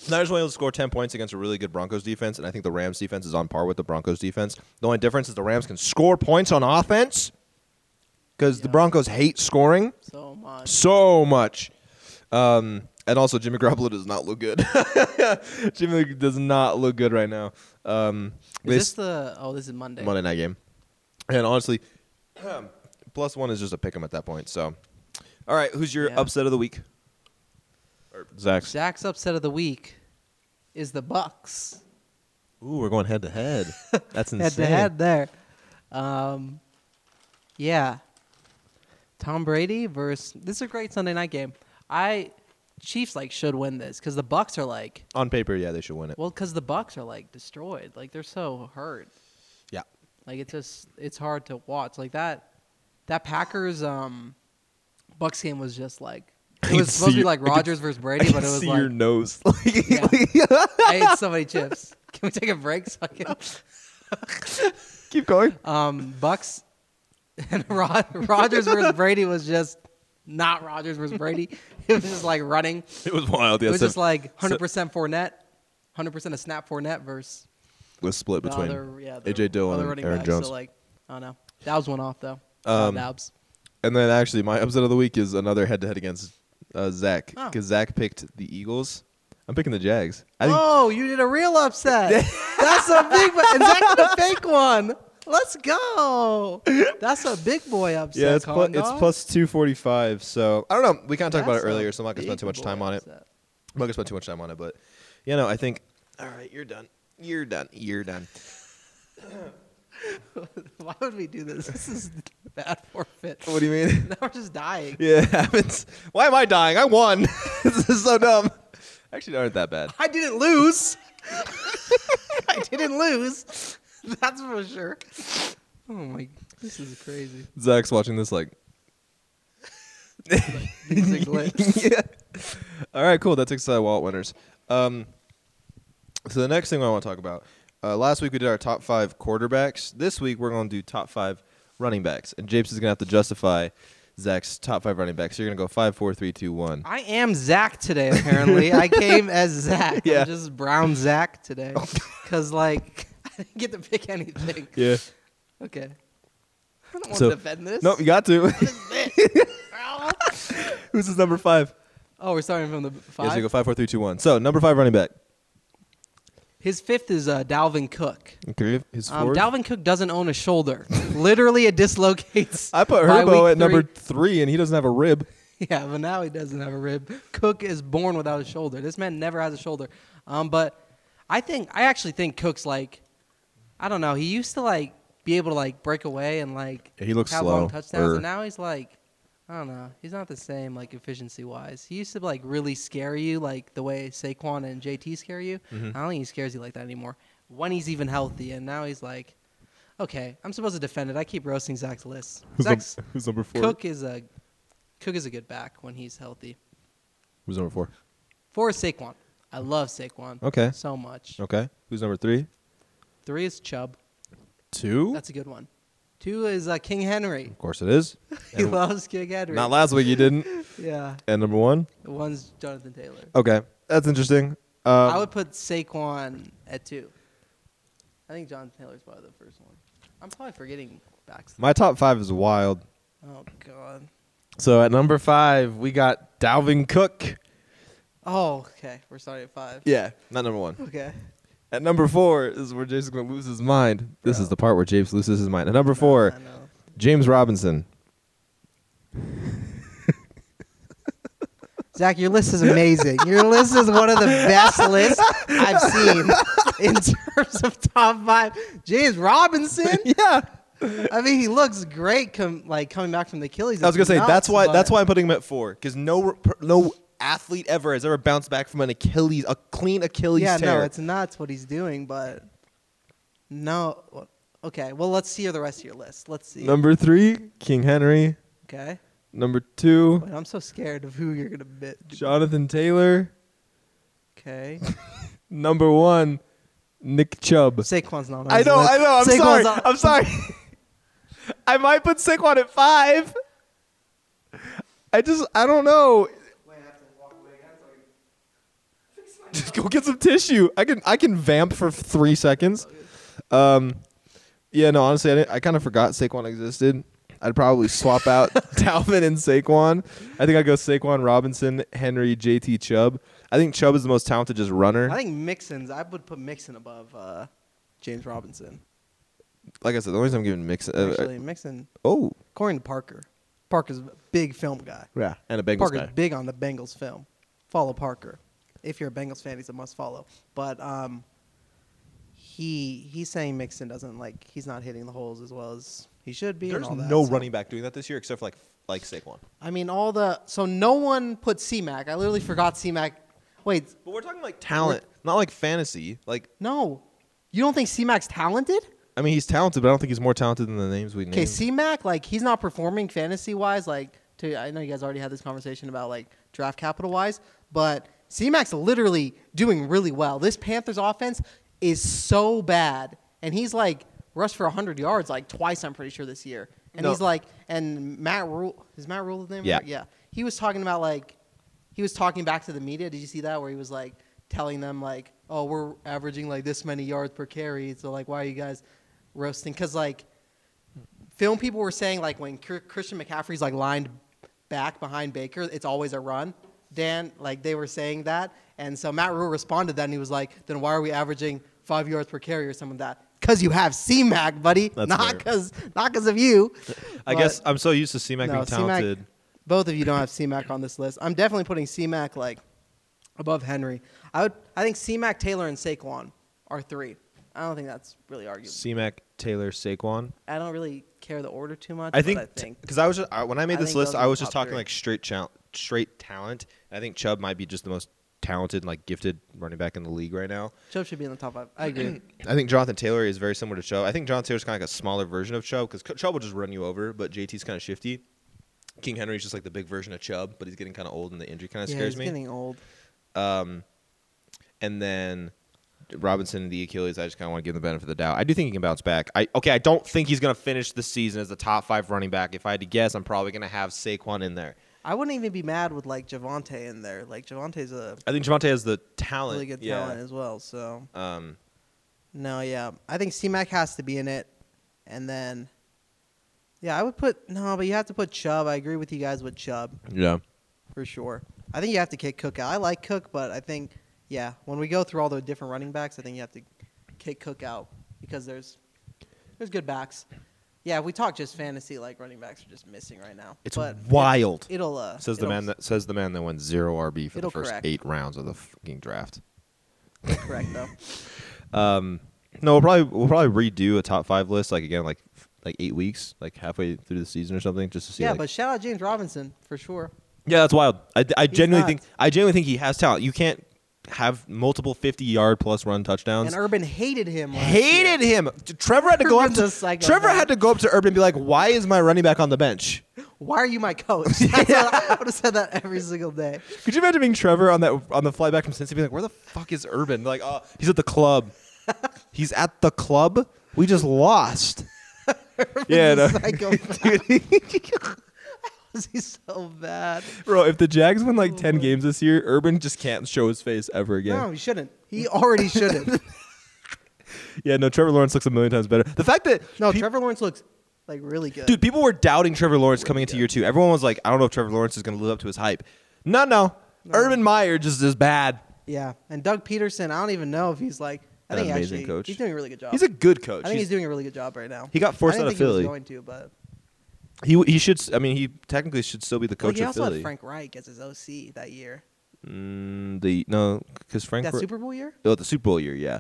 A: Niners were able to score ten points against a really good Broncos defense, and I think the Rams defense is on par with the Broncos defense. The only difference is the Rams can score points on offense because the
B: Yeah.
A: Broncos hate scoring
B: So much.
A: so much. Um, and also, Jimmy Garoppolo does not look good. Jimmy does not look good right now. Um,
B: Is this the? Oh, this is Monday.
A: Monday night game. And honestly, plus one is just a pick 'em at that point. So, all right, who's your
B: Yeah.
A: upset of the week? Or Zach's.
B: Zach's upset of the week is the Bucks.
A: Ooh, we're going head to head. That's insane.
B: Head to head there. Um, yeah. Tom Brady versus. This is a great Sunday night game. I Chiefs like should win this because the Bucks are like
A: On paper, yeah, they should win it.
B: well because the Bucks are like destroyed. Like they're so hurt.
A: yeah.
B: Like it's just it's hard to watch. Like that that Packers um Bucks game was just like it was supposed to be like Rogers versus Brady, but it was
A: see
B: like
A: your nose.
B: Yeah. I ate so many chips. Can we take a break? So I can,
A: Keep going.
B: um, Bucks and Rod, Rogers versus Brady was just not Rogers versus Brady. It was just like running.
A: It was wild. Yeah,
B: it was
A: so-
B: just like 100% Fournette, 100% a snap Fournette versus
A: it was split
B: the
A: between
B: other, yeah, the
A: AJ Dillon
B: other
A: and
B: running
A: Aaron
B: back.
A: Jones.
B: So like, I don't know. That was one off though.
A: Um,
B: Dabs.
A: And then actually, my upset of the week is another head-to-head against uh, Zach
B: Oh.
A: because Zach picked the Eagles. I'm picking the Jags. I think
B: Oh, you did a real upset. That's a big one. And Zach did a fake one. Let's go. That's a big boy upset.
A: yeah, it's plu-
B: Colin
A: it's
B: Dawes.
A: plus two forty-five. So I don't know. We kind of talked about it
B: That's a
A: earlier, so I'm not gonna spend
B: big
A: too much
B: boy
A: time on it.
B: upset.
A: I'm not gonna spend too much time on it, but you know, I think. All right, you're done. You're done. You're done.
B: Why would we do this? This is bad forfeit.
A: What do you mean?
B: now we're just dying.
A: yeah, it happens. Why am I dying? I won. this is so dumb. Actually, they aren't that bad.
B: I didn't lose. I didn't lose. That's for sure. Oh my, this is crazy.
A: Zach's watching this like.
B: These are glitz.
A: yeah. All right, cool. That takes us out of wallet winners. Um, so the next thing I want to talk about. Uh, last week we did our top five quarterbacks. This week we're going to do top five running backs, and Japes is going to have to justify Zach's top five running backs. So you're going to go five, four, three, two, one.
B: I am Zach today. Apparently, I came as Zach.
A: Yeah. Oh.
B: I'm just brown Zach today, because like I didn't get to pick anything.
A: Yeah.
B: Okay. I don't want
A: So-
B: to defend this.
A: Nope, you got to. Who's his number five?
B: oh, we're starting from the b-
A: Yeah, so you
B: five.
A: go five, four, three, two, one. So number five running back.
B: His fifth is uh, Dalvin Cook.
A: Okay, his
B: Um,
A: fourth.
B: Dalvin Cook doesn't own a shoulder. Literally, it dislocates.
A: I put
B: by
A: Herbo
B: week
A: at number
B: three.
A: three, and he doesn't have a rib.
B: Yeah, but now he doesn't have a rib. Cook is born without a shoulder. This man never has a shoulder. Um, but I think I actually think Cook's like, I don't know. He used to like be able to like break away and like
A: Yeah, he looks
B: have long
A: slow,
B: touchdowns,
A: er.
B: and now he's like, I don't know. He's not the same like efficiency wise. He used to like really scare you like the way Saquon and JT scare you.
A: Mm-hmm.
B: I don't think he scares you like that anymore. When he's even healthy, and now he's like, okay, I'm supposed to defend it. I keep roasting Zach's list.
A: Who's, num-
B: Zach's
A: who's number four?
B: Cook is a Cook is a good back when he's healthy.
A: Who's number four?
B: Four is Saquon. I love Saquon.
A: Okay.
B: So much.
A: Okay. Who's number three?
B: Three is Chubb.
A: Two.
B: That's a good one. Two is uh, King Henry.
A: of course, it is.
B: He loves King Henry.
A: Not last week you didn't.
B: yeah.
A: And number one.
B: One's Jonathan Taylor.
A: Okay, that's interesting. Um,
B: I would put Saquon at two. I think Jonathan Taylor's probably the first one. I'm probably forgetting backs.
A: my top five is wild.
B: oh God.
A: So at number five we got Dalvin Cook.
B: Oh, okay. We're starting at five.
A: Yeah, not number one.
B: Okay.
A: At number four is where James is gonna lose his mind. This is the part where James loses his mind. At number four,
B: I know.
A: James Robinson.
B: Zach, your list is amazing. Your list is one of the best lists I've seen in terms of top five. James Robinson.
A: yeah,
B: I mean, he looks great. Com- like coming back from the Achilles.
A: I was gonna
B: It's
A: say
B: nuts,
A: that's why
B: but-
A: that's why I'm putting him at four because no per- no athlete ever has ever bounced back from an Achilles a clean Achilles
B: Yeah,
A: tear.
B: no, it's nuts what he's doing, but no. Okay, well, let's see the rest of your list. Let's see.
A: number three King Henry.
B: okay.
A: Number two
B: Wait, I'm so scared of who you're gonna bit.
A: Jonathan Taylor.
B: Okay.
A: Number one Nick Chubb.
B: Saquon's not. On
A: I
B: his
A: know,
B: list.
A: I know. I'm
B: Saquon's
A: sorry.
B: not-
A: I'm sorry. I might put Saquon at five. I just I don't know. Just go get some tissue. I can I can vamp for three seconds. Um, yeah, no, honestly, I didn't, I kind of forgot Saquon existed. I'd probably swap out Dalvin and Saquon. I think I'd go Saquon Robinson, Henry, J.T. Chubb. I think Chubb is the most talented just runner.
B: I think Mixon's. I would put Mixon above uh, James Robinson.
A: like I said, the only reason I'm giving mix. Uh,
B: Actually, Mixon,
A: oh,
B: according to Parker, Parker's a big film guy.
A: Yeah, and a Bengals
B: Parker's
A: guy.
B: big on the Bengals film. Follow Parker. If you're a Bengals fan, he's a must follow. But um, he he's saying Mixon doesn't like he's not hitting the holes as well as he should be. and
A: There's
B: all that,
A: no
B: so-
A: running back doing that this year except for like like Saquon.
B: I mean, all the so no one put C Mac. I literally forgot C Mac. Wait,
A: But we're talking like talent, not like fantasy. Like
B: no, you don't think C Mac's talented?
A: I mean, he's talented, but I don't think he's more talented than the names we named.
B: Okay, C Mac, like he's not performing fantasy wise. Like, to I know you guys already had this conversation about like draft capital wise, but C Mac's literally doing really well. This Panthers offense is so bad, and he's like rushed for hundred yards like twice. I'm pretty sure this year, and
A: No.
B: he's like, and Matt Rule is Matt Rule the name?
A: Yeah.
B: yeah. He was talking about like he was talking back to the media. Did you see that where he was like telling them like, "Oh, we're averaging like this many yards per carry, so like why are you guys roasting?" Cuz like film people were saying like when Cr- Christian McCaffrey's like lined back behind Baker, it's always a run. Dan, like they were saying that, and so Matt Rule responded that and he was like, "Then why are we averaging 5 yards per carry or something like that?" Cuz you have C-Mac, buddy.
A: That's
B: not
A: hilarious.
B: cuz not cuz of you.
A: I
B: But-
A: guess I'm so used to C Mac being
B: C-Mac-
A: talented.
B: both of you don't have C-Mac on this list. I'm definitely putting C-Mac like above Henry. I would. I think C-Mac, Taylor, and Saquon are three. I don't think that's really arguable.
A: C Mac, Taylor, Saquon.
B: I I don't really care the order too much.
A: I
B: but
A: think
B: I think
A: because I was just, I, when I made
B: I
A: this
B: think
A: list,
B: those are
A: I
B: the
A: was just
B: top
A: talking
B: three.
A: like straight chal- straight talent. And I think Chubb might be just the most talented, like gifted running back in the league right now.
B: Chubb should be in the top five. I agree.
A: I think Jonathan Taylor is very similar to Chubb. I think Jonathan Taylor's kind of like a smaller version of Chubb because Chubb will just run you over, but JT's kind of shifty. King Henry's just like the big version of Chubb, but he's getting kind of old and the injury kind of
B: yeah,
A: scares
B: he's
A: me.
B: getting old.
A: and then Robinson and the Achilles, I just kind of want to give him the benefit of the doubt. I do think he can bounce back. I okay, I don't think he's going to finish the season as the top five running back. If I had to guess, I'm probably going to have Saquon in there.
B: I wouldn't even be mad with like Javante in there. Like Javante's a
A: I think Javante has the talent.
B: really good
A: yeah.
B: talent as well. So
A: Um,
B: no, yeah, I think C-Mac has to be in it, and then. Yeah, I would put no, but you have to put Chubb. I agree with you guys with Chubb.
A: yeah.
B: for sure. I think you have to kick Cook out. I like Cook, but I think yeah, when we go through all the different running backs, I think you have to kick Cook out because there's there's good backs. Yeah, if we talk just fantasy, like running backs are just missing right now.
A: It's
B: but
A: wild.
B: It'll uh,
A: says the
B: it'll
A: man that says the man that won zero RB for the
B: It'll
A: first
B: correct.
A: eight rounds of the fucking draft.
B: correct though.
A: No, we'll probably we'll probably redo a top five list like again like f- like eight weeks like halfway through the season or something just to see.
B: yeah,
A: like-
B: but shout out James Robinson for sure.
A: Yeah, that's wild. I, I genuinely
B: not.
A: think I genuinely think he has talent. You can't have multiple fifty-yard plus run touchdowns.
B: And Urban hated him. last year.
A: Hated him. T- Trevor had to go up
B: Urban's a
A: to
B: psychopath.
A: Trevor had to go up to Urban and be like, "Why is my running back on the bench?"
B: Why are you my coach? That's what I would have said that every single day.
A: Could you imagine being Trevor on that on the flight back from Cincinnati? Being like, "Where the fuck is Urban?" Like, "Oh, he's at the club. he's at the club. We just lost." yeah, no.
B: Psychopath. He's so bad.
A: bro. If the Jags win like ten games this year, Urban just can't show his face ever again.
B: Oh No, he shouldn't. He already shouldn't.
A: Yeah, no. Trevor Lawrence looks a million times better. The fact that
B: No,
A: peop-
B: Trevor Lawrence looks like really good.
A: Dude, people were doubting Trevor Lawrence coming into year two. Everyone was like, I don't know if Trevor Lawrence is going to live up to his hype. No, no. Urban Meyer just is bad.
B: Yeah, and Doug Peterson, I don't even know if he's like. I
A: An
B: think
A: amazing
B: actually,
A: coach.
B: He's doing a really good job.
A: He's a good coach.
B: I think he's,
A: He's-
B: doing a really good job right now.
A: He got forced
B: I didn't
A: out of
B: think
A: Philly.
B: He was going to, but
A: he he should. s- I mean, he technically should still be the
B: like,
A: coach
B: he
A: of
B: also
A: Philly.
B: had Frank Reich as his OC that year.
A: Mm, the no, because Frank
B: That
A: Ro-
B: Super Bowl year.
A: oh the Super Bowl year, yeah.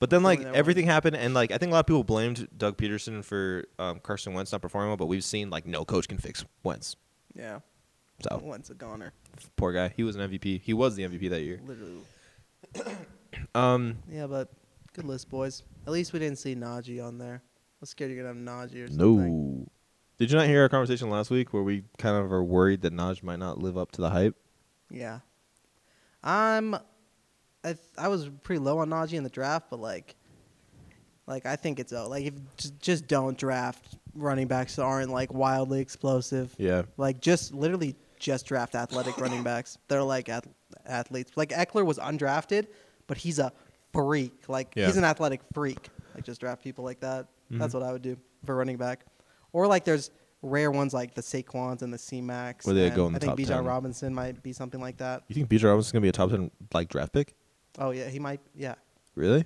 A: But then, like
B: that one.
A: everything happened, and like I think a lot of people blamed Doug Peterson for um, Carson Wentz not performing well. But we've seen like no coach can fix Wentz.
B: Yeah.
A: So
B: Once a goner.
A: poor guy, he was an MVP. He was the MVP that year.
B: Literally.
A: Um,
B: Yeah, but good list, boys. At least we didn't see Najee on there. I'm scared you're gonna have Najee or something.
A: no. Did you not hear our conversation last week where we kind of are worried that Naj might not live up to the hype?
B: Yeah. I'm. I, th- I was pretty low on Najee in the draft, but like, like I think it's uh, like if j- just don't draft running backs that aren't like wildly explosive.
A: Yeah.
B: Like just literally just draft athletic running backs. They're like ath- athletes. Like Eckler was undrafted, but he's a freak. Like
A: Yeah. Mm-hmm.
B: he's an athletic freak. Like just draft people like that. That's what I would do for running back. Or like there's rare ones like the Saquons and the C Max.
A: Where they go in the
B: I think
A: top
B: B.J.
A: 10.
B: Robinson might be something like that.
A: You think B.J. Robinson's gonna be a top ten like draft pick?
B: Oh yeah, he might. Yeah.
A: Really?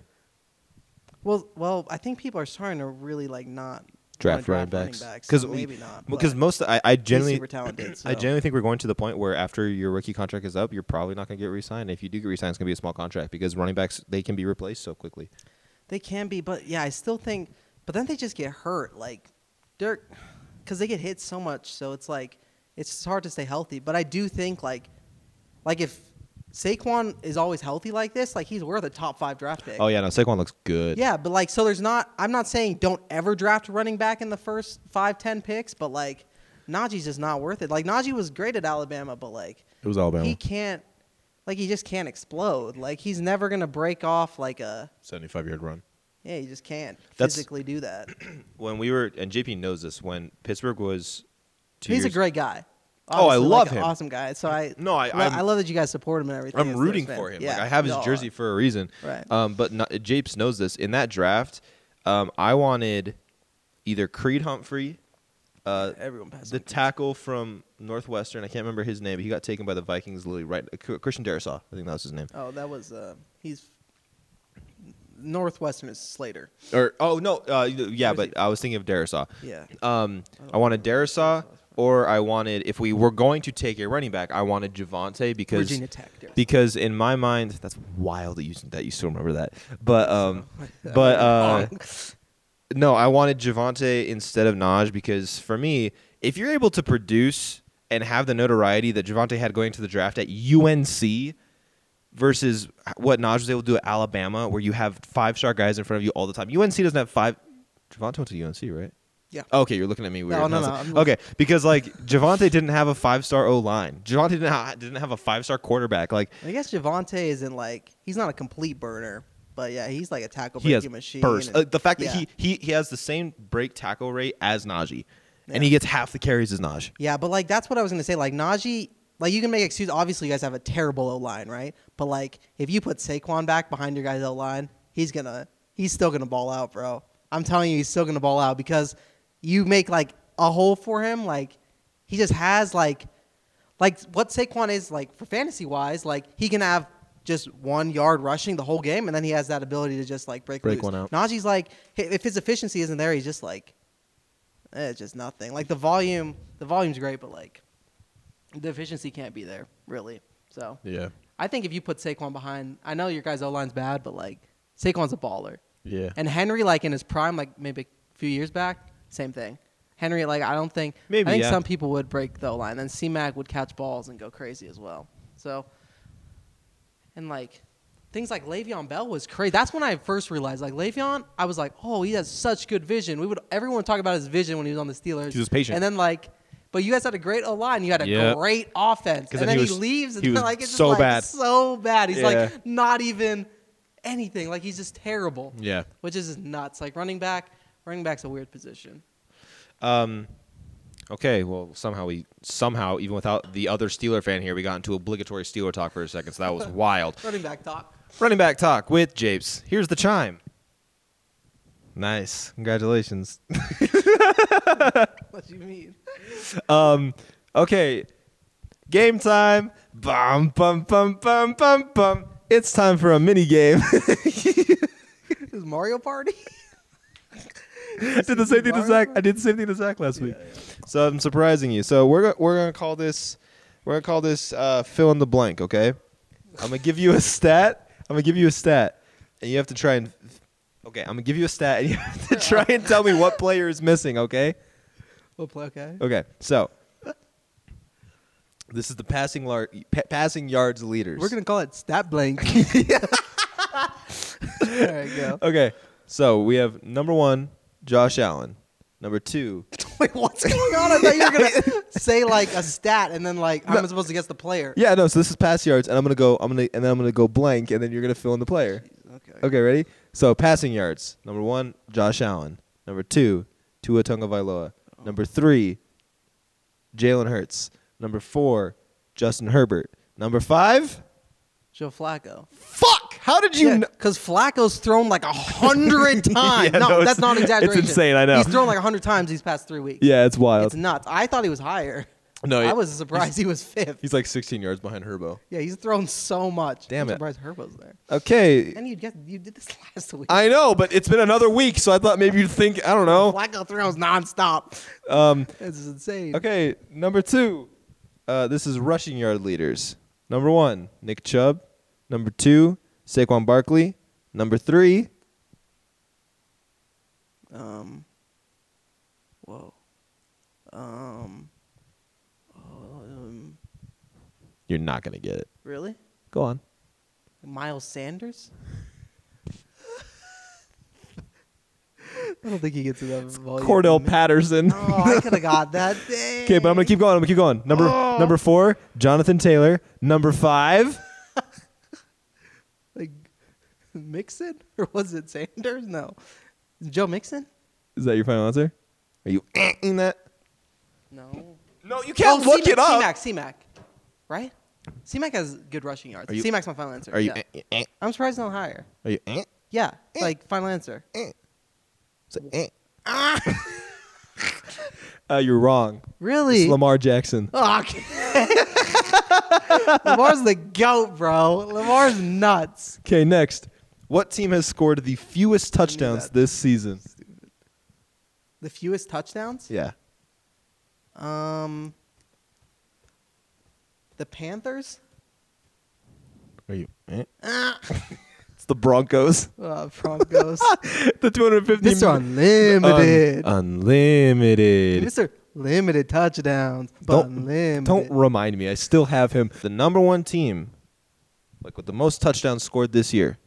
B: Well, well, I think people are starting to really like not wanna
A: Draft running backs.
B: backs.
A: 'Cause
B: Because
A: we-
B: maybe not.
A: Because
B: but
A: most I, I
B: he's
A: generally
B: super talented.
A: I
B: so-
A: generally think we're going to the point where after your rookie contract is up, you're probably not going to get re-signed. If you do get re-signed, it's going to be a small contract because running backs they can be replaced so quickly.
B: They can be, but yeah, I still think. But then they just get hurt, like Dirk, because they get hit so much. So it's like it's hard to stay healthy. But I do think like, like if Saquon is always healthy like this, like he's worth a top five draft pick.
A: Oh yeah, no, Saquon looks good.
B: Eh, Yeah, but like, so there's not. I'm not saying don't ever draft a running back in the first five, ten picks, but like, Najee's just not worth it. Like Najee was great at Alabama, but like,
A: it was Alabama.
B: he can't. Like he just can't explode. Like he's never gonna break off like a.
A: Seventy-five yard run.
B: Yeah, he just can't
A: That's-
B: physically do that.
A: When we were and JP knows this when Pittsburgh was. Two
B: He's a
A: years-
B: great guy.
A: Oh, I
B: Honestly,
A: love
B: like, an
A: him.
B: Awesome guy. So I
A: No, I-
B: lo-
A: I'm-
B: I love that you guys support him and everything. as
A: I'm
B: Bears
A: rooting
B: fans.
A: for him.
B: Yeah,
A: Like I have his
B: y'all are.
A: jersey for a reason.
B: Right.
A: Um, but not, Japes knows this. In that draft, um, I wanted either Creed Humphrey, uh,
B: Everyone passes.
A: the tackle from Northwestern. I can't remember his name. But he got taken by the Vikings. Lily right, Christian Darisaw. I think that was his name.
B: oh, that was uh, he's Northwestern is Slater.
A: Or oh no, uh, yeah, but I was thinking of Darisaw.
B: Yeah.
A: Um, I wanted Darisaw, or I wanted if we were going to take a running back, I wanted Javante because
B: Virginia Tech. Darisaw.
A: because in my mind that's wild that you that you still remember that, but um, but uh, no, I wanted Javante instead of Naj because for me, if you're able to produce and have the notoriety that Javante had going to the draft at UNC versus what Naj was able to do at Alabama, where you have five star guys in front of you all the time. UNC doesn't have five. Javante went to UNC, right? Oh,
B: Yeah.
A: Okay, you're looking at me weird.
B: no,
A: How's
B: no,
A: that-
B: I'm
A: okay, because like Javante didn't have a five star O line. Javante didn't ha- didn't have a five star quarterback. Like
B: I guess Javante isn't like he's not a complete burner, but yeah, he's like a tackle
A: he has
B: breaking machine.
A: burst.
B: and-
A: Uh, the fact that
B: yeah.
A: he, he he has the same break tackle rate as Najee,
B: Yeah.
A: and he gets half the carries as Naj.
B: Yeah, but like that's what I was gonna say. Like Najee, like you can make excuse. Obviously, you guys have a terrible O line, right? But like if you put Saquon back behind your guys' O line, he's gonna he's still gonna ball out, bro. I'm telling you, he's still gonna ball out because you make like a hole for him. Like he just has like like what Saquon is like for fantasy wise, like he can have just one yard rushing the whole game, and then he has that ability to just like break,
A: Break
B: loose.
A: one out.
B: Najee's like hi- if his efficiency isn't there, he's just like eh, it's just nothing. Like the volume, the volume's great, but like the efficiency can't be there really. So
A: Yeah,
B: I think if you put Saquon behind, I know your guys' O line's bad, but like Saquon's a baller.
A: yeah.
B: And Henry, like in his prime, like maybe a few years back, same thing. Henry, like I don't think
A: Maybe,
B: I think
A: yeah.
B: some people would break the line. Then C Mac would catch balls and go crazy as well. So and like things like Le'Veon Bell was crazy. That's when I first realized like Le'Veon, I was like, oh, he has such good vision. We would everyone would talk about his vision when he was on the Steelers.
A: He was patient.
B: And then like but you guys had a great O line. You had a
A: Yep.
B: great offense.
A: 'Cause
B: And then,
A: then he
B: he,
A: was-
B: leaves and
A: he was
B: like it's just,
A: so
B: like,
A: bad.
B: So bad. He's
A: Yeah.
B: like not even anything. Like he's just terrible
A: yeah.
B: which is just nuts. Like running back, running back's a weird position.
A: Okay, well, somehow we somehow even without the other Steeler fan here, we got into obligatory Steeler talk for a second, so that was wild.
B: Running back talk.
A: Running back talk with Japes. Here's the chime. Nice, congratulations.
B: What do you mean?
A: Okay, game time. Bum bum bum bum bum bum. It's time for a mini game.
B: It was Mario Party.
A: did the same thing to Zach. I did the same thing to Zach last week. So I'm surprising you. So we're go- we're gonna call this we're gonna call this uh, fill in the blank. Okay, I'm gonna give you a stat. I'm gonna give you a stat, and you have to try and f- Okay, I'm gonna give you a stat, and you have to try and tell me what player is missing. Okay.
B: We'll play, okay.
A: Okay. So this is the passing lar- pa- passing yards leaders.
B: We're gonna call it stat blank. there we go.
A: Okay. So we have number one, Josh Allen. Number two,
B: Wait, what's going on? I thought you were gonna say like a stat, and then like I'm supposed to guess the player.
A: Yeah, no. So this is pass yards, and I'm gonna go. I'm gonna and then I'm gonna go blank, and then you're gonna fill in the player. Okay. Okay. Ready? So passing yards. Number one, Josh Allen. Number two, Tua Tagovailoa.
B: Oh.
A: Number three, Jalen Hurts. Number four, Justin Herbert. Number five.
B: Joe Flacco.
A: Fuck! How did you? kn-
B: Because Flacco's thrown like a hundred times.
A: Yeah,
B: no,
A: no,
B: that's
A: it's-
B: not
A: it's
B: exaggeration.
A: insane, I know.
B: He's thrown like a hundred times these past three weeks.
A: Yeah, it's wild.
B: It's nuts. I thought he was higher.
A: No,
B: I
A: he-
B: was surprised he was fifth.
A: He's like 16 yards behind Herbo.
B: yeah, he's thrown so much.
A: Damn
B: I'm
A: it.
B: Surprised Herbo's there.
A: Okay.
B: And you just you did this last week.
A: I know, but it's been another week, so I thought maybe you'd think. I don't know.
B: Flacco throws nonstop.
A: Um.
B: This is insane.
A: Okay, number two. Uh, this is rushing yard leaders. Number one, Nick Chubb. Number two, Saquon Barkley. Number three,
B: Um. Whoa. Um. um
A: you're not gonna get it.
B: really?
A: Go on.
B: Miles Sanders? I don't think he gets enough volume.
A: Cordell Patterson.
B: Oh, I could have got that.
A: Okay, but I'm gonna keep going. I'm gonna keep going. Number number four, Jonathan Taylor. Number five,
B: Like, Mixon? Or was it Sanders? No. Joe Mixon?
A: is that your final answer? Are you in that?
B: No.
A: No, you can't look
B: C-Mac,
A: it up.
B: C-Mac, C-Mac. Right? C-Mac has good rushing yards.
A: you-
B: C-Mac's my final answer.
A: Are you?
B: yeah.
A: eh, eh, eh?
B: I'm surprised no higher.
A: Are you? eh?
B: Yeah, like final answer.
A: Is it eh? Uh, you're wrong. It's
B: Really?
A: Lamar Jackson.
B: Fuck. Oh, Lamar's the goat, bro. Lamar's nuts.
A: Okay, next. What team has scored the fewest touchdowns this season?
B: The fewest touchdowns?
A: Yeah.
B: Um, the Panthers.
A: Are you? eh? it's the Broncos.
B: Uh, Broncos.
A: the 250.
B: Mr. Unlimited.
A: unlimited.
B: Mr. Limited touchdowns. But
A: Don't,
B: limited.
A: don't remind me. I still have him. The number one team, like with the most touchdowns scored this year,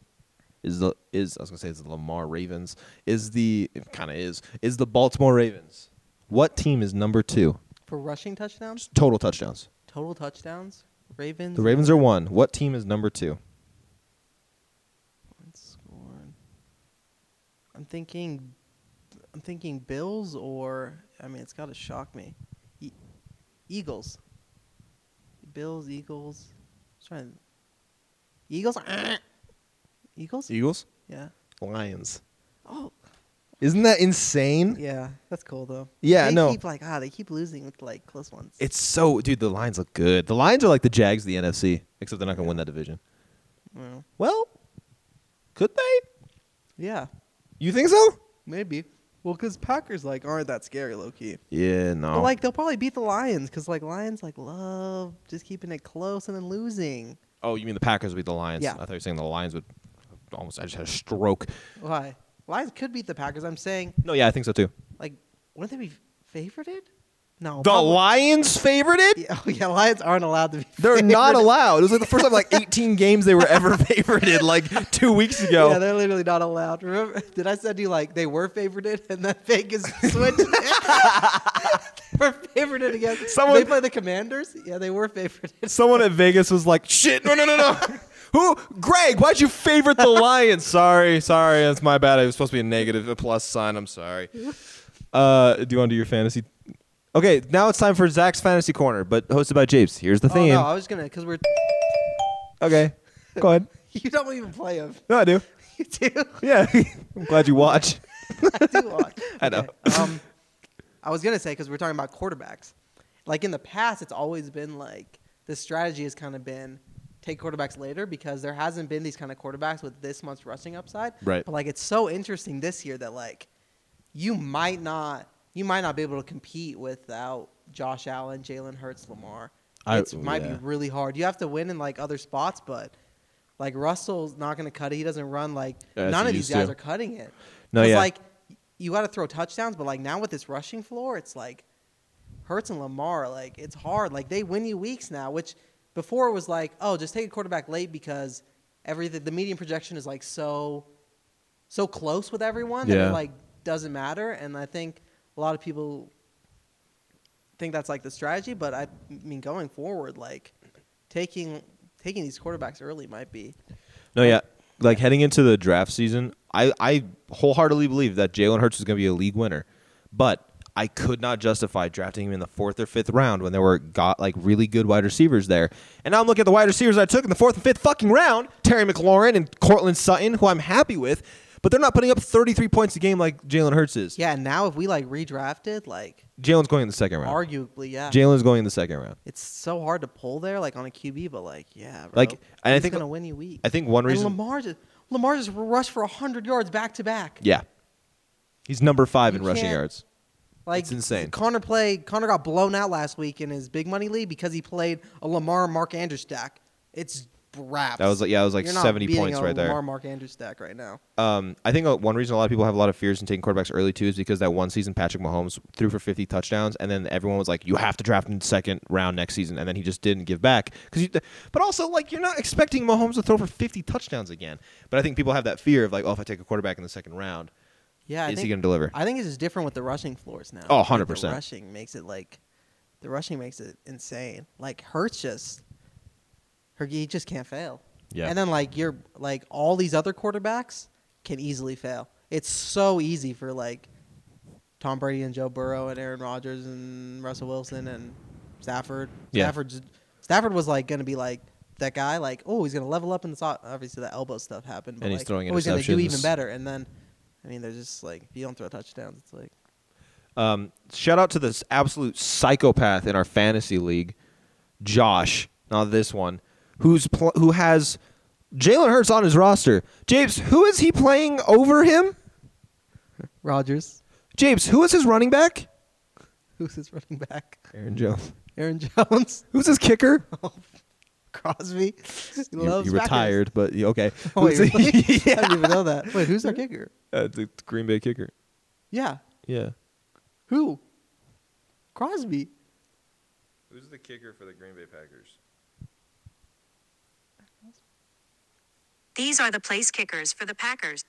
A: is the is I was gonna say is the Lamar Ravens. Is the it kind of is is the Baltimore Ravens. What team is number two?
B: For rushing touchdowns,
A: Total touchdowns.
B: total touchdowns, Ravens.
A: The Ravens are one. What team is number two?
B: haven't scored. I'm thinking, I'm thinking Bills or I mean, it's gotta shock me. E- Eagles. Bills, Eagles. i trying. Eagles. Eagles.
A: Eagles.
B: Yeah.
A: Lions.
B: Oh.
A: Isn't that insane?
B: Yeah, that's cool though.
A: Yeah,
B: they
A: no.
B: Keep like ah, they keep losing with like close ones.
A: It's so dude, the Lions look good. The Lions are like the Jags of the NFC, except they're not gonna win that division.
B: Well,
A: Well, could they?
B: yeah,
A: You think so?
B: maybe. Well, because Packers like aren't that scary, low key.
A: Yeah, no.
B: But like they'll probably beat the Lions because like Lions like love just keeping it close and then losing.
A: oh, you mean the Packers beat the Lions?
B: Yeah.
A: I thought you were saying the Lions would almost I just had a stroke.
B: Why? Lions could beat the Packers. I'm saying,
A: No, yeah, I think so too.
B: like, wouldn't they be favorited? No.
A: The
B: probably-
A: Lions favored it?
B: Yeah, Oh yeah, Lions aren't allowed to be.
A: They're not
B: favorited.
A: allowed. It was like the first time like 18 games they were ever favorited like 2 weeks ago.
B: Yeah, they're literally not allowed. Remember, did I send you like they were favorited and then Vegas switched? they were favorited again.
A: Someone-
B: they play the Commanders. Yeah, they were favorited.
A: Someone at Vegas was like, "Shit, no, no, no, no." Who, Greg? Why'd you favorite the Lions? Sorry, sorry, that's my bad. It was supposed to be a negative, a plus sign. I'm sorry. Uh, do you want to do your fantasy? Okay, now it's time for Zach's fantasy corner, but hosted by Japes. Here's the
B: Oh
A: theme.
B: no, I was gonna because we're.
A: Okay, go ahead.
B: You don't even play them.
A: No, I do.
B: You do.
A: Yeah, I'm glad you watch.
B: I do watch.
A: I know.
B: Okay, Um, I was gonna say because we're talking about quarterbacks. Like in the past, it's always been like the strategy has kind of been take quarterbacks later because there hasn't been these kind of quarterbacks with this much rushing upside.
A: Right.
B: But like it's so interesting this year that like you might not you might not be able to compete without Josh Allen, Jalen Hurts, Lamar.
A: I-
B: It might
A: yeah.
B: be really hard. You have to win in like other spots, but Like Russell's not going to cut it. He doesn't run. Like
A: As
B: none
A: he
B: of these
A: used
B: guys
A: to.
B: are cutting it.
A: No,
B: 'Cause,
A: yeah.
B: Like you got to throw touchdowns, but like now with this rushing floor, it's like Hurts and Lamar. Like it's hard. Like they win you weeks now, which before it was like, oh, just take a quarterback late because everything the median projection is like so so close with everyone that
A: Yeah.
B: it like doesn't matter. And I think a lot of people think that's like the strategy, but I mean going forward, like taking taking these quarterbacks early might be
A: No, yeah. Like heading into the draft season, I, I wholeheartedly believe that Jalen Hurts is going to be a league winner, but I could not justify drafting him in the fourth or fifth round when there were got like really good wide receivers there. And now I'm looking at the wide receivers I took in the fourth and fifth fucking round: Terry McLaurin and Cortland Sutton, who I'm happy with, but they're not putting up 33 points a game like Jalen Hurts is.
B: yeah. And now if we like redrafted, like
A: Jalen's going in the second round.
B: arguably, yeah,
A: Jalen's going in the second round.
B: it's so hard to pull there, like on a QB, but like yeah, bro.
A: Like, and I
B: He's
A: think-
B: gonna win you week.
A: I think one reason.
B: and Lamar just Lamar just rushed for hundred yards back to back.
A: yeah, he's number five
B: You
A: in rushing
B: can't-
A: yards.
B: Like
A: It's insane.
B: Connor played. Connor got blown out last week in his big money league because he played a Lamar Mark Andrews stack. It's wraps.
A: That was like- yeah, that was like
B: You're not
A: 70
B: beating
A: points
B: a
A: right there.
B: Lamar Mark Andrews stack right now.
A: Um, I think uh, one reason a lot of people have a lot of fears in taking quarterbacks early too is because that one season Patrick Mahomes threw for 50 touchdowns, and then everyone was like, "You have to draft him second round next season," and then he just didn't give back. Because, but also like you're not expecting Mahomes to throw for 50 touchdowns again. But I think people have that fear of like, "Oh, if I take a quarterback in the second round,
B: Yeah, I
A: is
B: think,
A: he going to deliver?"
B: I think it's just different with the rushing floors now.
A: Oh,
B: Like,
A: 100%.
B: The rushing makes it like, the rushing makes it insane. Like Hurts just, her, he just can't fail.
A: Yeah.
B: And then like you're like all these other quarterbacks can easily fail. It's so easy for like Tom Brady and Joe Burrow and Aaron Rodgers and Russell Wilson and Stafford.
A: Yeah.
B: Stafford's, Stafford was like going to be like that guy. Like oh he's going to level up in the so- obviously the elbow stuff happened. But
A: And he's
B: like,
A: throwing
B: oh, he's going to do even
A: interceptions.
B: better. And then, I mean, they're just like if you don't throw touchdowns, it's like
A: shout out to this absolute psychopath in our fantasy league, Josh. Now this one, who's pl- who has Jalen Hurts on his roster. James, who is he playing over him?
B: Rodgers.
A: James, who is his running back?
B: Who's his running back?
A: Aaron Jones.
B: Aaron Jones,
A: Who's his kicker?
B: Crosby. He
A: You,
B: loves
A: you
B: Packers.
A: retired, but you, okay.
B: Oh, wait,
A: Who's the-
B: really? I didn't even know that. Wait, who's our kicker?
A: Uh, the Green Bay kicker.
B: Yeah,
A: Yeah.
B: who? Crosby.
A: Who's the kicker for the Green Bay Packers?
I: These are the place kickers for the Packers.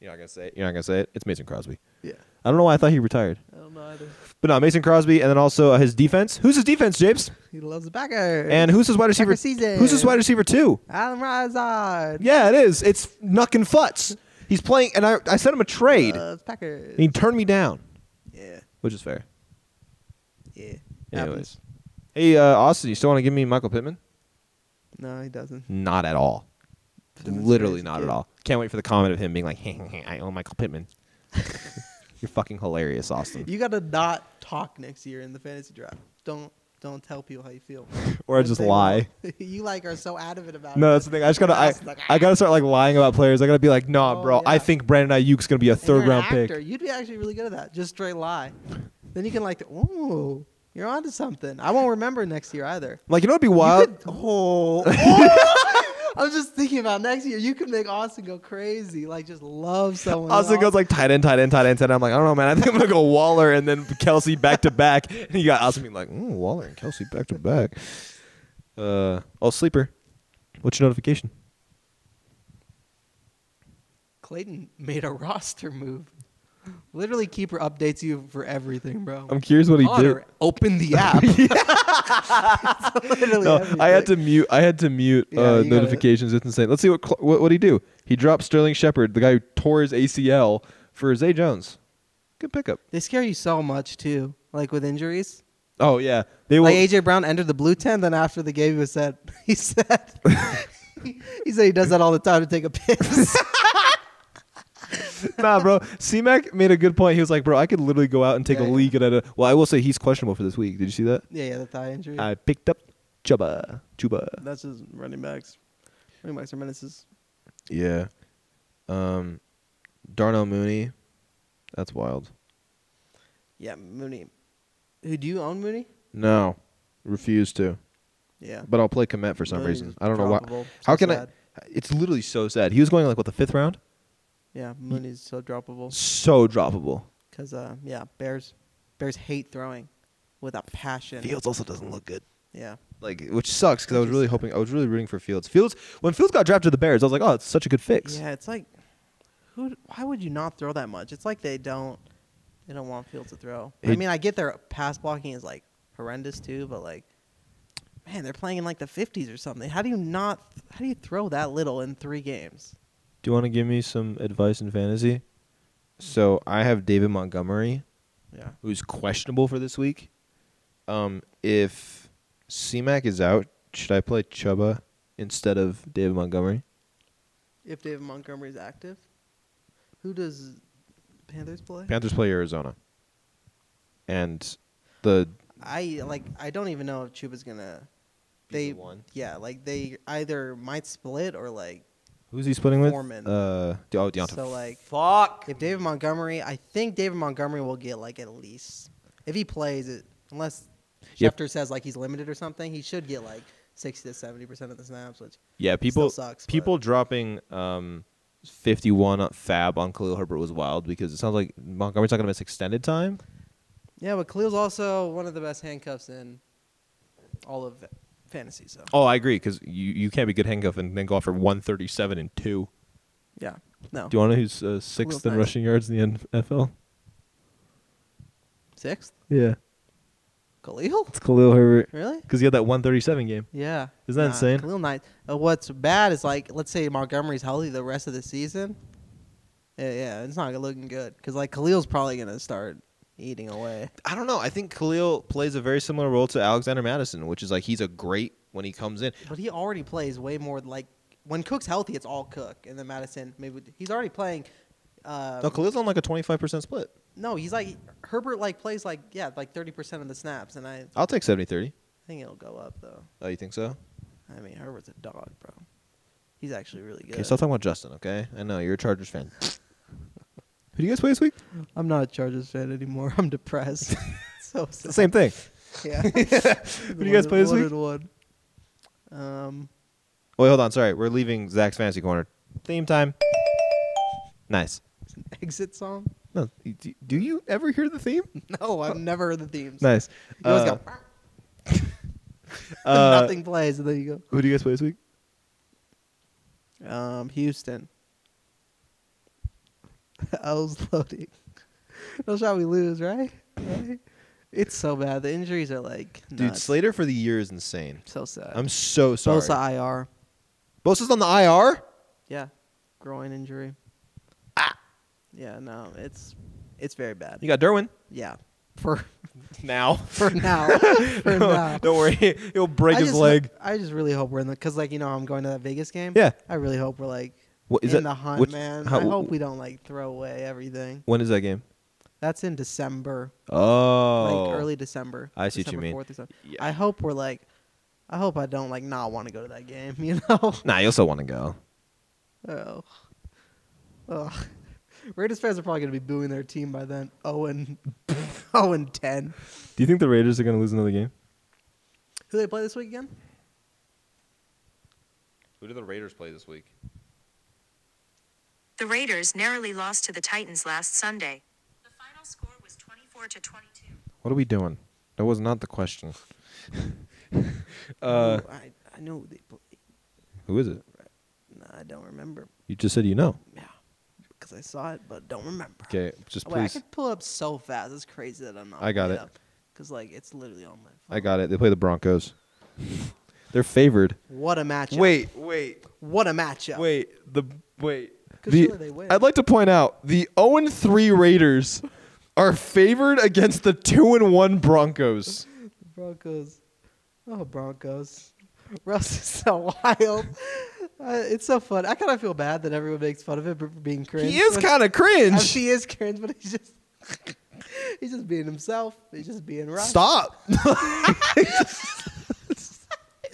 A: You're not gonna say it. You're not gonna say it. It's Mason Crosby.
B: Yeah,
A: I don't know why I thought he retired,
B: I don't know either.
A: but no, Mason Crosby, and then also uh, his defense. Who's his defense, James?
B: He loves the Packers.
A: And who's his wide receiver?
B: Packer season.
A: Who's his wide receiver two?
B: Adam Razard.
A: Yeah, it is. It's Nuck and Futz. He's playing, and I, I sent him a trade.
B: Loves Packers.
A: and he turned me down,
B: yeah,
A: which is fair.
B: yeah.
A: Anyways. Hey, uh, Austin, you still want to give me Michael Pittman?
B: No, he doesn't.
A: Not at all.
B: Pittman's
A: Literally
B: crazy,
A: not at
B: dude.
A: all. Can't wait for the comment of him being like, I own Michael Pittman. You're fucking hilarious, Austin.
B: You gotta not talk next year in the fantasy draft. Don't don't tell people how you feel.
A: Or I just lie.
B: you like are so adamant about
A: No,
B: it.
A: that's the thing. I just gotta, I,
B: Austin's like,
A: I gotta start like lying about players. I gotta be like, nah,
B: Oh,
A: bro. I
B: yeah.
A: think Brandon Ayuk's gonna be a
B: And you're
A: third
B: an
A: round
B: actor.
A: pick.
B: You'd be actually really good at that. Just straight lie. then you can like, ooh, you're onto something. I won't remember next year either.
A: Like, you know, it'd be
B: You
A: wild.
B: could- oh, oh. I was just thinking about next year. You could make Austin go crazy, like just love someone.
A: Austin
B: else.
A: goes like tight end, tight end, tight end, tight end. I'm like, I don't know, man. I think I'm gonna go Waller and then Kelsey back to back. And you got Austin being like, mm, Waller and Kelsey back to back. Uh, oh, sleeper. What's your notification?
B: Clayton made a roster move. Literally, Keeper updates you for everything, bro.
A: I'm curious what he did.
B: Connor, open the app. Literally
A: No,
B: everything.
A: I had to mute. I had to mute
B: Yeah,
A: uh,
B: you gotta-
A: notifications. It's insane. Let's see what Cl- what what he do. He dropped Sterling Shepard, the guy who tore his ACL for Zay Jones. Good pickup.
B: They scare you so much too, like with injuries.
A: Oh yeah, they will.
B: like AJ Brown entered the blue tent, then after the game, he was said he said he said he does that all the time to take a piss.
A: nah, bro. C-Mac made a good point. He was like, bro, I could literally go out and take
B: Yeah,
A: a
B: yeah.
A: leak at a. Well, I will say he's questionable for this week. Did you see that?
B: yeah, yeah, the thigh injury.
A: I picked up Chuba. Chuba.
B: That's just running backs. Running backs are menaces.
A: Yeah. Um, Darnell Mooney. That's wild.
B: Yeah, Mooney. Who do you own, Mooney?
A: No, refuse to.
B: Yeah.
A: but I'll play Komet for some
B: Really
A: reason. I don't know why.
B: droppable.
A: How
B: So
A: can
B: sad.
A: I? It's literally so sad. He was going like what the fifth round,
B: Yeah, Mooney's so droppable
A: so droppable.
B: because uh, yeah, Bears, Bears hate throwing with a passion.
A: Fields also doesn't look good.
B: Yeah,
A: Like, which sucks because I was really hoping, I was really rooting for Fields. Fields, when Fields got drafted to the Bears, I was like, oh, it's such a good fix.
B: yeah. It's like, who? Why would you not throw that much? It's like they don't, they don't want Fields to throw. I
A: It-
B: mean, I get their pass blocking is like horrendous too, but like, man, they're playing in like the fifties or something. How do you not? How do you throw that little in three games?
A: Do you want to give me some advice in fantasy? So I have David Montgomery,
B: Yeah.
A: who's questionable for this week. Um, if C-Mac is out, should I play Chuba instead of David Montgomery?
B: If David Montgomery's active, who does Panthers play?
A: Panthers play Arizona, and the
B: I like I don't even know if Chuba's gonna. They
A: the one?
B: yeah, like they either might split or like
A: who's he splitting with?
B: Foreman.
A: Uh, De- oh, Deontay.
B: so like
F: Fuck.
B: if David Montgomery, I think David Montgomery will get like at least if he plays it unless
A: Yep.
B: Schefter says like he's limited or something, he should get like sixty to seventy percent of the snaps, which
A: Yeah, people
B: sucks, but-
A: people dropping um, 51 on- fab on Khalil Herbert was wild because it sounds like Montgomery's not going to miss extended time.
B: yeah, but Khalil's also one of the best handcuffs in all of fantasy, so
A: Oh, I agree because you, you can't be good handcuff and then go off for 137 and two.
B: yeah. No.
A: Do you want to know who's uh, sixth in
B: nice.
A: rushing yards in the NFL?
B: Sixth?
A: Yeah,
B: Khalil?
A: it's Khalil Herbert
B: Really?
A: because he had that 137 game.
B: Yeah.
A: Isn't that insane?
B: Khalil Knight. Uh, what's bad is like, let's say Montgomery's healthy the rest of the season. Yeah, yeah, it's not looking good because like Khalil's probably gonna start eating away.
A: I don't know. I think Khalil plays a very similar role to Alexander Madison, which is like he's a great when he comes in.
B: But he already plays way more like when Cook's healthy, it's all Cook, and then Madison maybe he's already playing. Uh,
A: No, Khalil's on like a 25% split.
B: no, he's like Herbert like plays like yeah like thirty percent of the snaps, and I
A: I'll take 70 30.
B: think it'll go up though.
A: Oh, you think so?
B: I mean Herbert's a dog, bro. He's actually really good.
A: Okay, stop talking about Justin, okay? I know, you're a Chargers fan. Who do you guys play this week?
B: I'm not a Chargers fan anymore. I'm depressed. so sad.
A: Same thing.
B: Yeah.
A: do you guys play this week?
B: Um,
A: Wait, hold on. Sorry, we're leaving Zach's fantasy corner. Theme time. Nice.
B: exit song?
A: No, y- d- do you ever hear the theme?
B: No, I've never heard the themes.
A: Oh. Nice.
B: You always
A: Uh,
B: go,
A: uh,
B: nothing plays, and then you
A: Who do you guys play this week?
B: go, um, Houston. I was loading. No shot we lose, right? right? It's so bad. The injuries are like
A: Dude,
B: nuts.
A: Slater for the year is insane.
B: so sad.
A: I'm so sorry.
B: Bosa IR.
A: Bosa's on the IR?
B: Yeah, groin injury. Ah. Yeah, no, it's it's very bad.
A: You got Derwin.
B: yeah, for
A: Now.
B: for now, for now.
A: Don't worry. He'll break
B: I
A: his
B: just ho-
A: leg.
B: I just really hope we're in the because like you know I'm going to that Vegas game.
A: Yeah.
B: I really hope we're like
A: What, is
B: in
A: that-
B: the hunt,
A: which-
B: man.
A: how-
B: I hope we don't like throw away everything.
A: When is that game?
B: That's in December,
A: Oh.
B: like early December.
A: I see what you
B: December
A: mean.
B: 4th or something.
A: Yeah.
B: I hope we're like, I hope I don't like not want to go to that game. You know.
A: Nah, you'll still want to go.
B: oh. Ugh. Raiders fans are probably gonna be booing their team by then. Oh and oh and ten.
A: Do you think the Raiders are going to lose another game?
B: Who they play this week again?
A: Who do the Raiders play this week?
I: The Raiders narrowly lost to the Titans last Sunday. The final score was 24 to 22.
A: What are we doing? That was not the question.
B: Uh, I I know who they play.
A: Who is it?
B: No, I don't remember.
A: You just said you know.
B: Yeah, because I saw it, but don't remember.
A: Okay, just
B: Oh, wait, I
A: please.
B: could pull it up so fast. It's crazy that I'm not.
A: I got it.
B: Because like it's literally on my phone.
A: I got it. They play the Broncos. They're favored.
B: What a matchup!
A: wait,
B: what a matchup!
A: wait. The wait.
B: 'Cause The- surely they win.
A: I'd like to point out the 0 and 3 Raiders are favored against the 2 and 1 Broncos.
B: Broncos. Oh Broncos, Russ is so wild. Uh, it's so fun. I kind of feel bad that everyone makes fun of him for being cringe.
A: He is
B: but-
A: kind of
B: Uh,
A: cringe.
B: He is cringe, but he's just he's just being himself. He's just being Russ.
A: Stop.
B: It's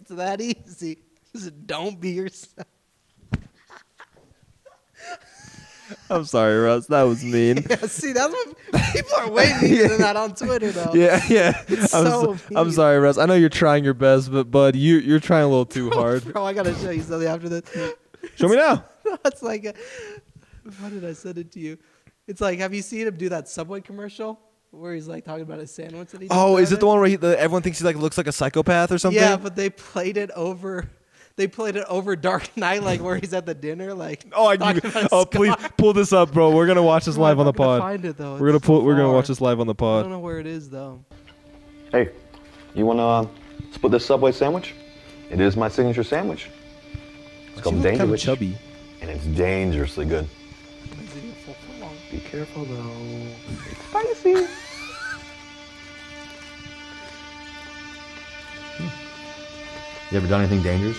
B: that easy. Just don't be yourself.
A: I'm sorry, Russ. That was mean.
B: Yeah, see, that's what people are way meaner than that on Twitter, though.
A: Yeah, yeah. I'm,
B: so
A: s- I'm
B: mean.
A: sorry, Russ. I know you're trying your best, but bud, you you're trying a little too hard.
B: Bro, I gotta show you something after this.
A: Show me now.
B: That's like, a, why did I send it to you? It's like, have you seen him do that Subway commercial where he's like talking about his sandwich that he? just
A: Oh, is it
B: ordered?
A: the one where he, the, everyone thinks he like looks like a psychopath or something?
B: Yeah, but they played it over. They played it over Dark Knight, like where he's at the dinner, like.
A: oh, I,
B: talking about
A: oh,
B: Scott.
A: please pull this up, bro. We're gonna watch this
B: Bro,
A: live on
B: I'm
A: the
B: not gonna
A: pod.
B: Find it though.
A: we're gonna
B: It's
A: pull.
B: so
A: We're gonna
B: far.
A: watch this live on the
B: I don't
A: pod.
B: know where it is though.
J: Hey, you want to uh, split this Subway sandwich? It is my signature sandwich.
A: She
J: It's called
A: looked kinda
J: Dangerwich,
A: chubby.
J: and it's dangerously good.
B: Is it a full furlong?
J: Be careful though. It's spicy.
F: You ever done anything dangerous?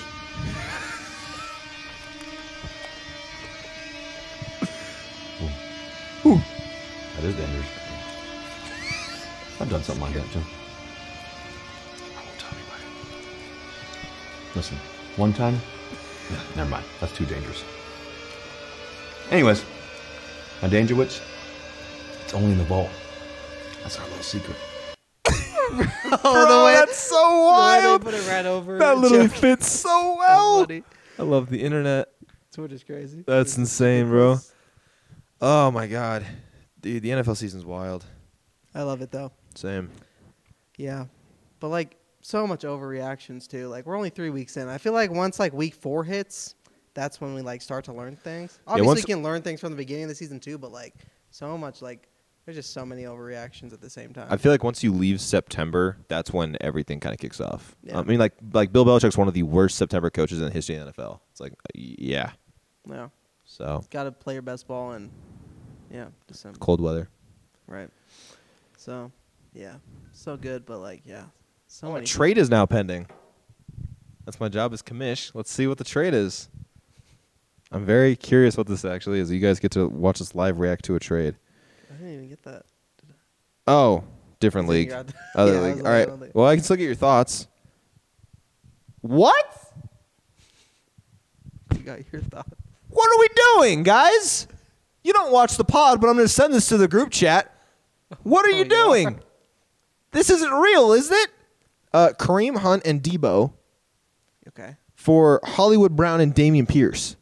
J: That is dangerous. I've done something like that too. Listen, one time? Never mind. That's too dangerous. Anyways, my danger witch, it's only in the vault. That's our little secret.
B: Oh, the way
A: That's so
B: Why
A: wild.
B: they put it right over.
A: That literally
B: Jeff
A: fits so well.
B: Buddy.
A: I love the internet.
B: Twitter's crazy.
A: That's insane, bro. Oh my god, dude, the NFL season's wild.
B: I love it though.
A: Same.
B: Yeah, but like so much overreactions too. Like we're only three weeks in. I feel like once like week four hits, that's when we like start to learn things. Obviously,
A: once-
B: you can learn things from the beginning of the season too. But like so much like there's just so many overreactions at the same time.
A: I feel like once you leave September, that's when everything kind of kicks off.
B: Yeah.
A: I mean, like like Bill Belichick's one of the worst September coaches in the history of the NFL. It's like, uh, yeah.
B: yeah,
A: So
B: got to play your best ball and yeah, December.
A: cold weather.
B: Right. So, yeah, so good, but like, yeah, so
A: A
B: many.
A: trade is now pending. That's my job as commish. Let's see what the trade is. I'm very curious what this actually is. You guys get to watch us live react to a trade.
B: I didn't even get that.
A: Oh, different
B: I was
A: league.
B: thinking about that.
A: Other
B: Yeah, I
A: league.
B: was
A: All
B: like,
A: right.
B: I don't think-
A: Well, I can still get your thoughts. What?
B: You got your thought.
A: What are we doing, guys? You don't watch the pod, but I'm going to send this to the group chat. What are you
B: Oh, yeah.
A: doing? This isn't real, is it? Uh, Kareem Hunt and Debo
B: Okay.
A: for Hollywood Brown and Damian Pierce.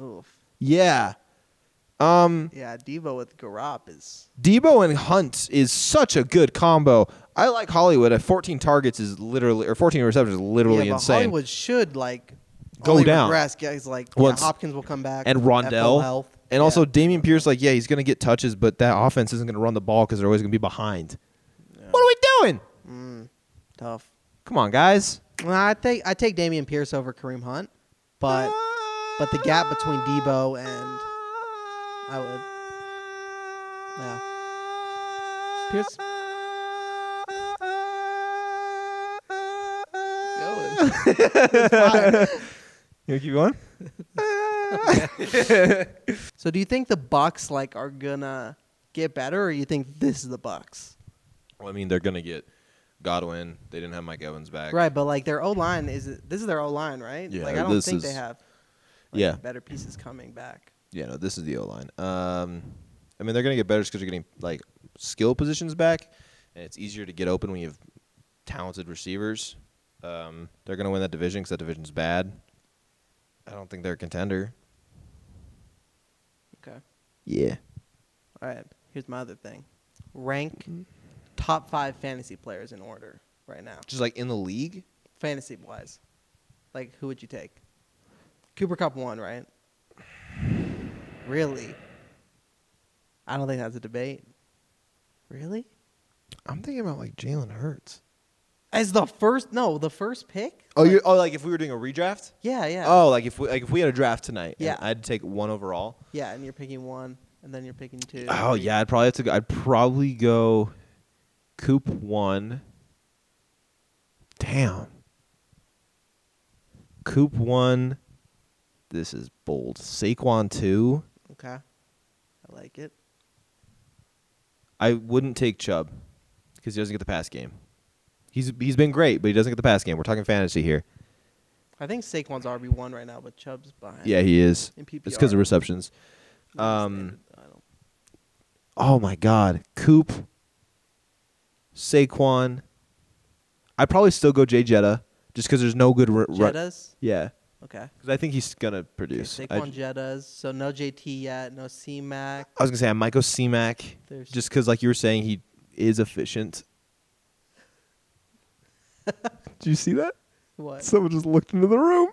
B: Oof.
A: Yeah. Um,
B: Yeah, Devo with Garop is.
A: Debo and Hunt is such a good combo. I like Hollywood at 14 targets is literally or 14 receptions is literally
B: yeah, but
A: insane.
B: Hollywood should like
A: Go
B: only
A: down.
B: Regress, guys, like yeah,
A: Once-
B: Hopkins will come back
A: and
B: at full
A: Rondell.
B: health.
A: And
B: Yeah.
A: also Damian Pierce, like, yeah, he's going to get touches, but that offense isn't going to run the ball because they're always going to be behind. What are we doing?
B: tough.
A: Come on, guys.
B: Well, I think I take Damian Pierce over Kareem Hunt, but but the gap between Debo and I would. Yeah. Pierce. Going.
A: You keep going?
B: So do you think the Bucks like are gonna get better, or you think this is the Bucks?
A: Well, I mean, they're going to get Godwin. They didn't have Mike Evans back.
B: Right, but like their O line is this is their O line, right?
A: Yeah,
B: like I don't
A: this
B: think they
A: is-
B: have. Like,
A: Yeah.
B: Better pieces coming back.
A: Yeah, no, this is the O line. Um, I mean, they're going to get better because you're getting like skill positions back, and it's easier to get open when you have talented receivers. Um, they're going to win that division because that division's bad. I don't think they're a contender.
B: Okay.
A: Yeah.
B: All right. Here's my other thing. Rank
A: Mm-hmm.
B: top five fantasy players in order right now,
A: Just like in the league.
B: fantasy wise. Like who would you take? Cooper Cup one, right? Really? I don't think that's a debate. Really?
A: I'm thinking about like Jalen Hurts.
B: As the first? No, the first pick.
A: Oh, you oh like if we were doing a redraft.
B: Yeah, yeah.
A: Oh, like if we like if we had a draft tonight. and
B: Yeah.
A: I'd take one overall.
B: Yeah, and you're picking one, and then you're picking two.
A: Oh
B: three.
A: yeah, I'd probably have to. Go, I'd probably go, Coop one. Damn. Coop one. This is bold. Saquon two.
B: Okay. I like it.
A: I wouldn't take Chubb because he doesn't get the pass game. He's he's been great, but he doesn't get the pass game. We're talking fantasy here.
B: I think Saquon's RB one right now, but Chubb's behind.
A: Yeah, he is.
B: In
A: It's because
B: PPR.
A: of receptions. Um, oh my God, Coop, Saquon. I probably still go Jay Jetta just because there's no good. Ru- ru-
B: Jettas?
A: yeah,
B: Okay.
A: because I think he's gonna
B: Okay,
A: produce. I,
B: Saquon Jettas. So no JT yet. No C Mac.
A: I was gonna say I might go C-Mac
B: There's-
A: just because, like you were saying, he is efficient. Do you see that?
B: What?
A: Someone just looked into the room.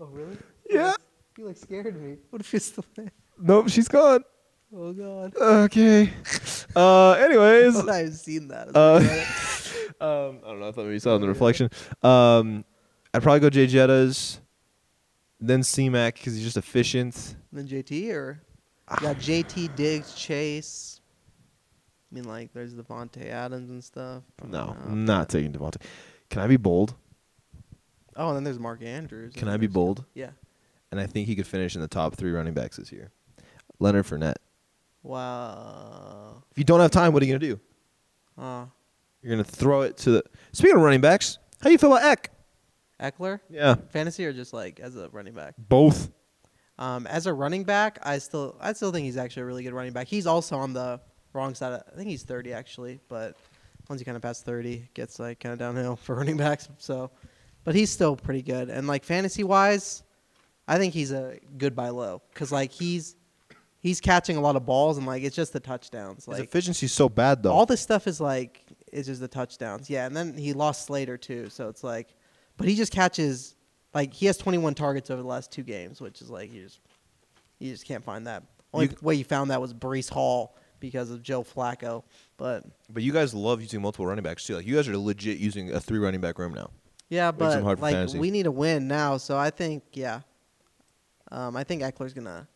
B: oh really?
A: Yeah.
B: You like scared me. What if you're still there?
A: Nope, she's gone.
B: Oh god.
A: Okay. Uh, anyways, um,
B: I've seen that.
A: Uh, I don't know. I thought maybe you saw it in the reflection. Um, I'd probably go Jay Jettas, then C Mac because he's just efficient.
B: And then JT or you got JT Diggs Chase. I mean, like there's Devonte Adams and stuff. Uh, but
A: No,
B: I
A: I'm
B: don't know.
A: not taking Devontae. Can I be bold?
B: Oh, and then there's Mark Andrews.
A: Can
B: and
A: I be
B: there's-
A: bold?
B: Yeah.
A: And I think he could finish in the top three running backs this year. Leonard Fournette.
B: Wow.
A: If you don't have time, what are you gonna do?
B: Uh,
A: You're gonna throw it to the. Speaking of running backs, how you feel about Eck?
B: Eckler,
A: Yeah,
B: fantasy or just like as a running back?
A: both.
B: Um, as a running back, I still I still think he's actually a really good running back. He's also on the wrong side. Of, I think he's 30 actually, but once you kind of pass 30, it gets like kind of downhill for running backs. So, but he's still pretty good. And like fantasy wise, I think he's a good by low because like he's he's catching a lot of balls and like it's just the touchdowns.
A: His
B: Like
A: efficiency's so bad though.
B: all this stuff is like is just the touchdowns. Yeah, and then he lost Slater too, so it's like, but he just catches like he has 21 targets over the last two games, which is like you just you just can't find that. Only
A: You-
B: way you found that was Brees Hall because of Joe Flacco, but
A: But you guys love using multiple running backs too. Like you guys are legit using a three running back room now.
B: yeah,
A: Makes him
B: but
A: hard for
B: like
A: fantasy.
B: we need a win now, so I think yeah, um, I think Eckler's gonna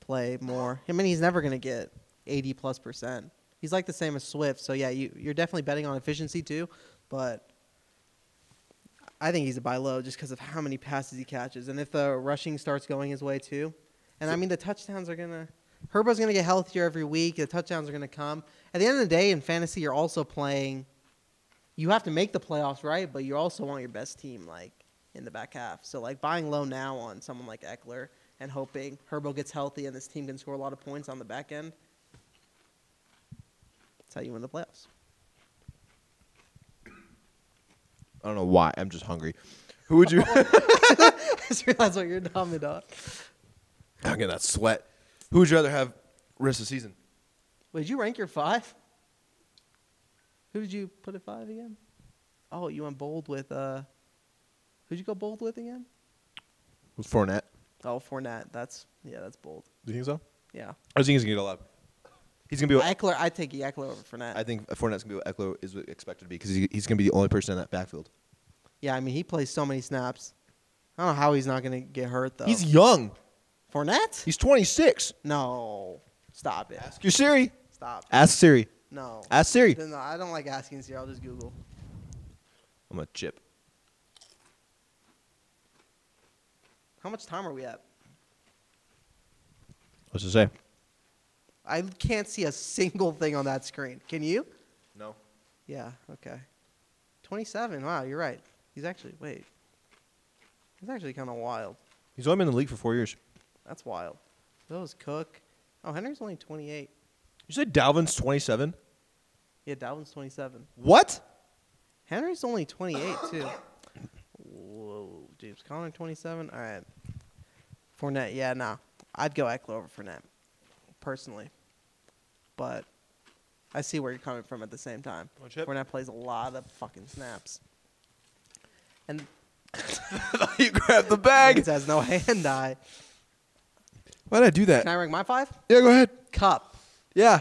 B: play more. I mean, he's never gonna get 80 plus percent. He's like the same as Swift, so yeah, you you're definitely betting on efficiency too, but I think he's a buy low just because of how many passes he catches, and if the rushing starts going his way too, and I mean the touchdowns are gonna. Herbo's gonna get healthier every week. The touchdowns are gonna come. At the end of the day, in fantasy, you're also playing. You have to make the playoffs, right? But you also want your best team, like in the back half. So like buying low now on someone like Eckler and hoping Herbo gets healthy and this team can score a lot of points on the back end. That's how you win the playoffs.
A: I don't know why. I'm just hungry. Who would you?
B: I just realized what you're dumb dog.
A: I'm getting that sweat. Who would you rather have rest of the season?
B: Would you rank your five? Who did you put at five again? Oh, you went bold with uh who'd you go bold with again?
A: With Fournette.
B: Oh, Fournette. That's yeah, that's bold.
A: Do you think so?
B: Yeah.
A: I think he's gonna get a lot. He's gonna be. What,
B: Eckler, I take Eckler over Fournette.
A: I think Fournette's gonna be what Eckler is expected to be because he, he's gonna be the only person in that backfield.
B: yeah, I mean he plays so many snaps. I don't know how he's not gonna get hurt though.
A: He's young.
B: Fournette?
A: He's 26.
B: No. Stop it.
A: Ask your Siri.
B: Stop.
A: Ask Siri.
B: No.
A: Ask Siri.
B: No, no, I don't like asking Siri. I'll just Google.
A: I'm a chip.
B: How much time are we at?
A: What's it say?
B: I can't see a single thing on that screen. Can you?
A: No.
B: Yeah, okay. 27. Wow, you're right. He's actually, wait. He's actually kind of wild.
A: He's only been in the league for four years.
B: That's wild. Those Cook. Oh, Henry's only 28.
A: You said Dalvin's 27.
B: Yeah, Dalvin's 27.
A: What?
B: Henry's only 28, too. Whoa. James Conner, 27. All right. Fournette, yeah, nah. I'd go Eckler over Fournette, personally. But I see where you're coming from at the same time.
A: Want chip?
B: Fournette plays a lot of fucking snaps. And
A: you grabbed the bag.
B: It has no hand eye.
A: Why did I do that?
B: Can I rank my five?
A: yeah, go ahead.
B: Cup.
A: Yeah.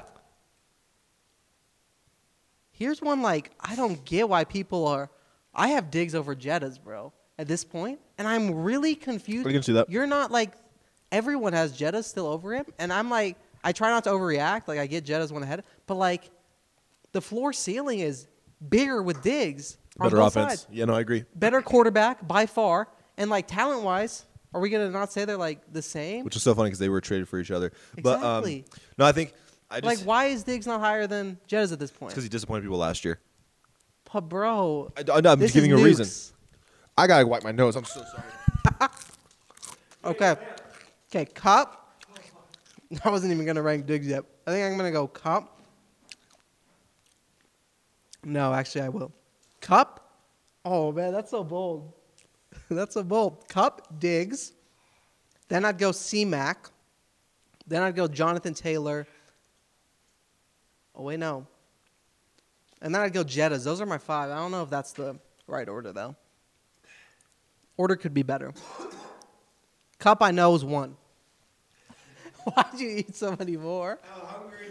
B: Here's one like I don't get why people are. I have digs over Jettas, bro. At this point, and I'm really confused.
A: I can see that.
B: You're not like everyone has Jettas still over him, and I'm like I try not to overreact. Like I get Jettas one ahead, but like the floor ceiling is bigger with digs. on
A: Better
B: both
A: offense.
B: sides.
A: Yeah, no, I agree.
B: better quarterback by far, and like talent wise, are we gonna not say they're like the same?
A: Which is so funny because they were traded for each other. But um,
B: Exactly.
A: no, I think I just
B: like why is Diggs not higher than Jettas at this point?
A: because he disappointed people last year.
B: But bro,
A: I, am just
B: this
A: giving you
B: is
A: a reason.
B: nukes.
A: I gotta wipe my nose. I'm so sorry.
B: Okay, okay, Cup, I wasn't even gonna rank digs yet. I think I'm gonna go cup. No, actually, I will. Cup. Oh man, that's so bold. that's so bold. Cup digs. Then I'd go C Mac. Then I'd go Jonathan Taylor. Oh wait, no. And then I'd go Jettas. Those are my five. I don't know if that's the right order though. Order could be better. Cup I know is one. Why'd you eat so many more?
C: I'm hungry.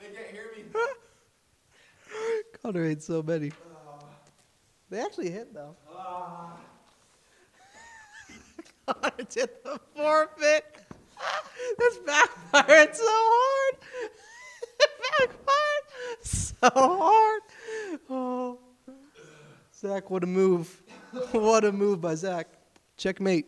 C: They can't hear me.
B: Connor ate so many.
C: Uh.
B: They actually hit though. Connor did the forfeit. This backfired so hard. It backfired so hard. Oh. Zach, what a move. What a move by Zach. Checkmate.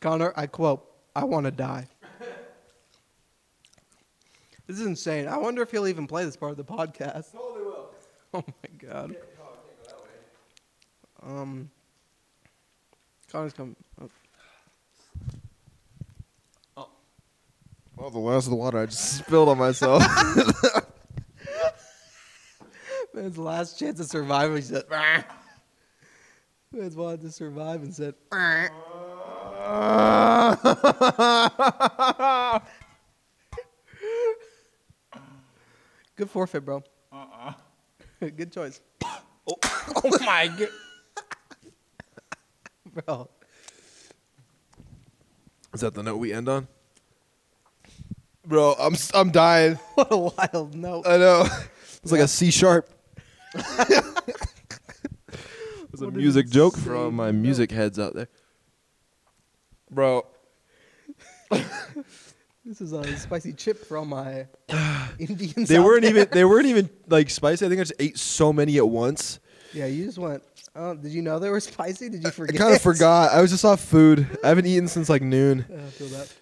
B: Connor, I quote, I want to die. this is insane. I wonder if he'll even play this part of the podcast. Totally will. Oh my god. Um, Connor's coming. Oh.
A: Oh, the last of the water I just spilled on myself.
B: Man's last chance of survival. He said, "Ah." "Rah." Man's wanted to survive and said, "Ah." "Rah." Good forfeit, bro. Uh-uh. Good choice. Oh, my God. bro.
A: Is that the note we end on? Bro, I'm s- I'm dying.
B: What a wild note.
A: I know. It's like a C sharp. It's a
B: What an
A: music joke for all
B: insane
A: my music heads out there. Bro,
B: this is a spicy chip from my Indian
A: they
B: out
A: weren't
B: there.
A: even they weren't even like spicy. I think I just ate so many at once.
B: Yeah, you just went, oh, did you know they were spicy? Did you
A: I
B: forget?
A: kind of forgot. I was just off food. I haven't eaten since like noon.
B: Yeah, I feel that.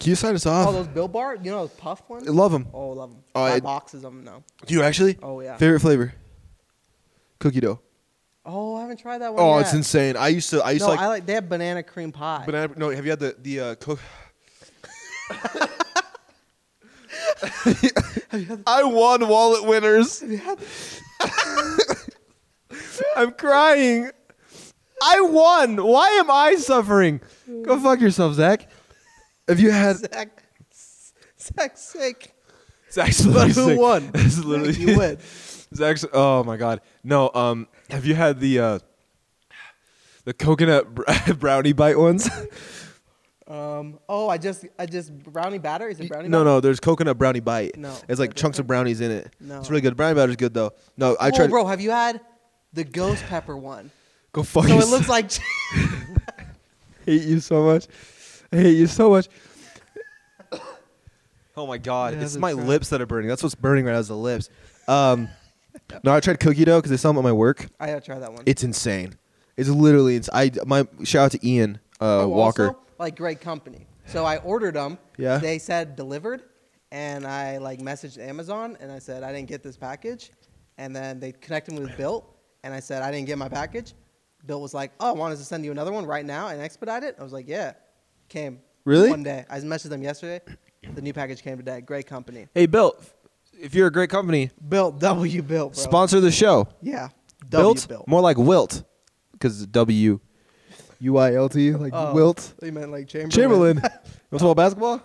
A: Can you sign us
B: Oh,
A: off?
B: those Bill Bar, you know those puff ones?
A: I love them.
B: Oh, love them.
A: Oh,
B: Buy
A: I-
B: boxes of them now.
A: Do you actually?
B: Oh, yeah.
A: Favorite flavor? Cookie dough.
B: Oh, I haven't tried that one
A: Oh,
B: yet.
A: it's insane. I used to. I used
B: No,
A: to like.
B: I like they have banana cream pie.
A: banana. No, have you had the the uh, cook? I won wallet winners. I'm crying. I won. Why am I suffering? Go fuck yourself, Zach. Have you had?
B: Zach, Zach, sick.
A: Zach's literally
B: who
A: sick.
B: won?
A: This is literally
B: you win.
A: Zach's. Oh my god. No. Um. Have you had the uh, the coconut br- brownie bite ones?
B: Um. Oh, I just, I just brownie batter. Is it brownie?
A: no,
B: batter?
A: no. There's coconut brownie bite.
B: No,
A: It's like
B: they're
A: chunks of brownies in it.
B: No.
A: It's really good. Brownie batter's good though. No, I
B: Whoa,
A: tried.
B: Oh, bro, have you had the ghost pepper one?
A: Go fuck
B: So it
A: yourself.
B: looks like.
A: I hate you so much. I hate you so much. oh my god,
B: Yeah,
A: it's
B: that's
A: my
B: right.
A: lips that are burning. That's what's burning right now is the lips. Um, no, I tried cookie dough because I saw them at my work.
B: I gotta try that one.
A: It's insane. It's literally ins I my shout out to Ian uh,
B: Oh,
A: Walker.
B: Also, like great company. So I ordered them.
A: Yeah.
B: They said delivered, and I like messaged Amazon and I said I didn't get this package, and then they connected me with Bill, and I said I didn't get my package. Bill was like, "Oh, I wanted to send you another one right now and expedite it." I was like, "Yeah." Came.
A: Really?
B: One day. I messaged them yesterday. The new package came today. Great company.
A: hey Bill, if you're a great company,
B: Bill W Bill. Bro.
A: sponsor the show.
B: Yeah. W
A: Built
B: Bill.
A: more like wilt because W U I L T like
B: Oh,
A: wilt.
B: You meant like Chamberlain.
A: Chamberlain. you want to talk about basketball?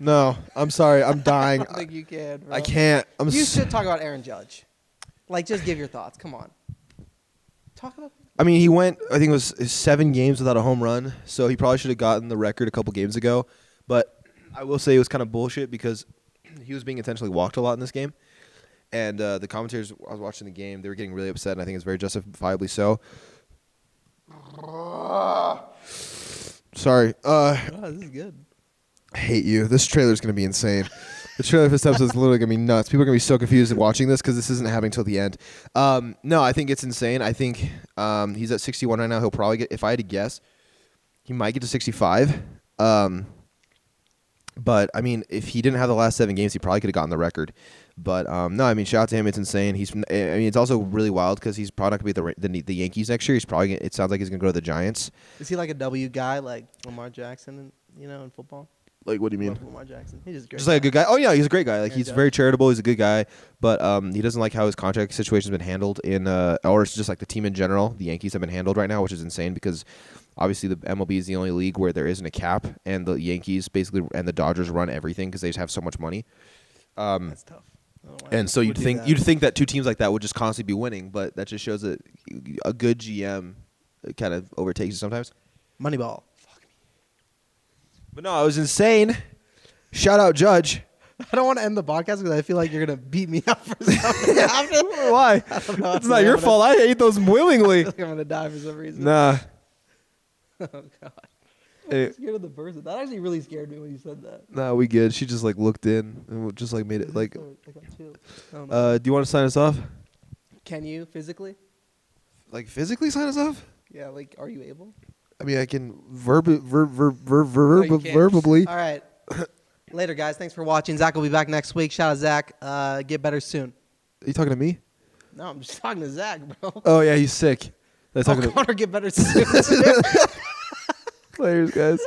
A: No, I'm sorry. I'm dying.
B: I think you can. Bro.
A: I can't. I'm
B: You
A: s-
B: should talk about Aaron Judge. Like, just give your thoughts. Come on. Talk about.
A: I mean, he went. I think it was seven games without a home run, so he probably should have gotten the record a couple games ago. But I will say it was kind of bullshit because he was being intentionally walked a lot in this game, and uh, the commentators. I was watching the game; they were getting really upset, and I think it's very justifiably so. Sorry, uh,
B: Oh, this is good.
A: I hate you. This trailer's gonna be insane. The trailer for this episode is literally gonna be nuts. People are gonna be so confused watching this because this isn't happening till the end. Um, no, I think it's insane. I think um, he's at 61 right now. He'll probably get. If I had to guess, he might get to 65. Um, But I mean, if he didn't have the last seven games, he probably could have gotten the record. But um, no, I mean, shout out to him. It's insane. He's. I mean, it's also really wild because he's probably not gonna be at the, the the Yankees next year. He's probably. Gonna, it sounds like he's gonna go to the Giants.
B: Is he like a W guy, like Lamar Jackson, in, you know, in football?
A: Like, what do you mean?
B: Love Lamar Jackson. He's just a great.
A: Just like a good guy. Oh yeah, he's a great guy. Like
B: Yeah,
A: he's
B: yeah.
A: very charitable. He's a good guy, but um, he doesn't like how his contract situation's been handled in uh, or it's just like the team in general. The Yankees have been handled right now, which is insane because obviously the MLB is the only league where there isn't a cap, and the Yankees basically and the Dodgers run everything because they just have so much money.
B: guy. That's tough. I don't know why
A: And so
B: people
A: you'd
B: do
A: think
B: that.
A: you'd think that two teams like that would just constantly be winning, but that just shows that a good GM kind of overtakes it sometimes.
B: Moneyball.
A: But no, it was insane. Shout out Judge.
B: I don't want to end the podcast because I feel like you're gonna beat me up for something.
A: Why?
B: know.
A: It's not your fault. I ate those willingly.
B: I feel like I'm gonna die for some reason.
A: Nah.
B: Oh god.
A: Hey,
B: I'm scared of the person. That actually really scared me when you said that.
A: nah, we good. She just like looked in and just like made it like.
B: So, I got chills. I don't know.
A: Uh, do you want to sign us off?
B: Can you physically?
A: Like physically sign us off?
B: Yeah, like, are you able?
A: I mean, I can verb ver, ver, ver,
B: No,
A: ver,
B: you can't.
A: verbally.
B: All right. Later, guys. Thanks for watching. Zach will be back next week. Shout out, Zach. Uh, get better soon.
A: Are you talking to me?
B: No, I'm just talking to Zach, bro.
A: Oh yeah, he's sick. That's
B: Oh,
A: talking to
B: Connor, get better soon.
A: players, guys.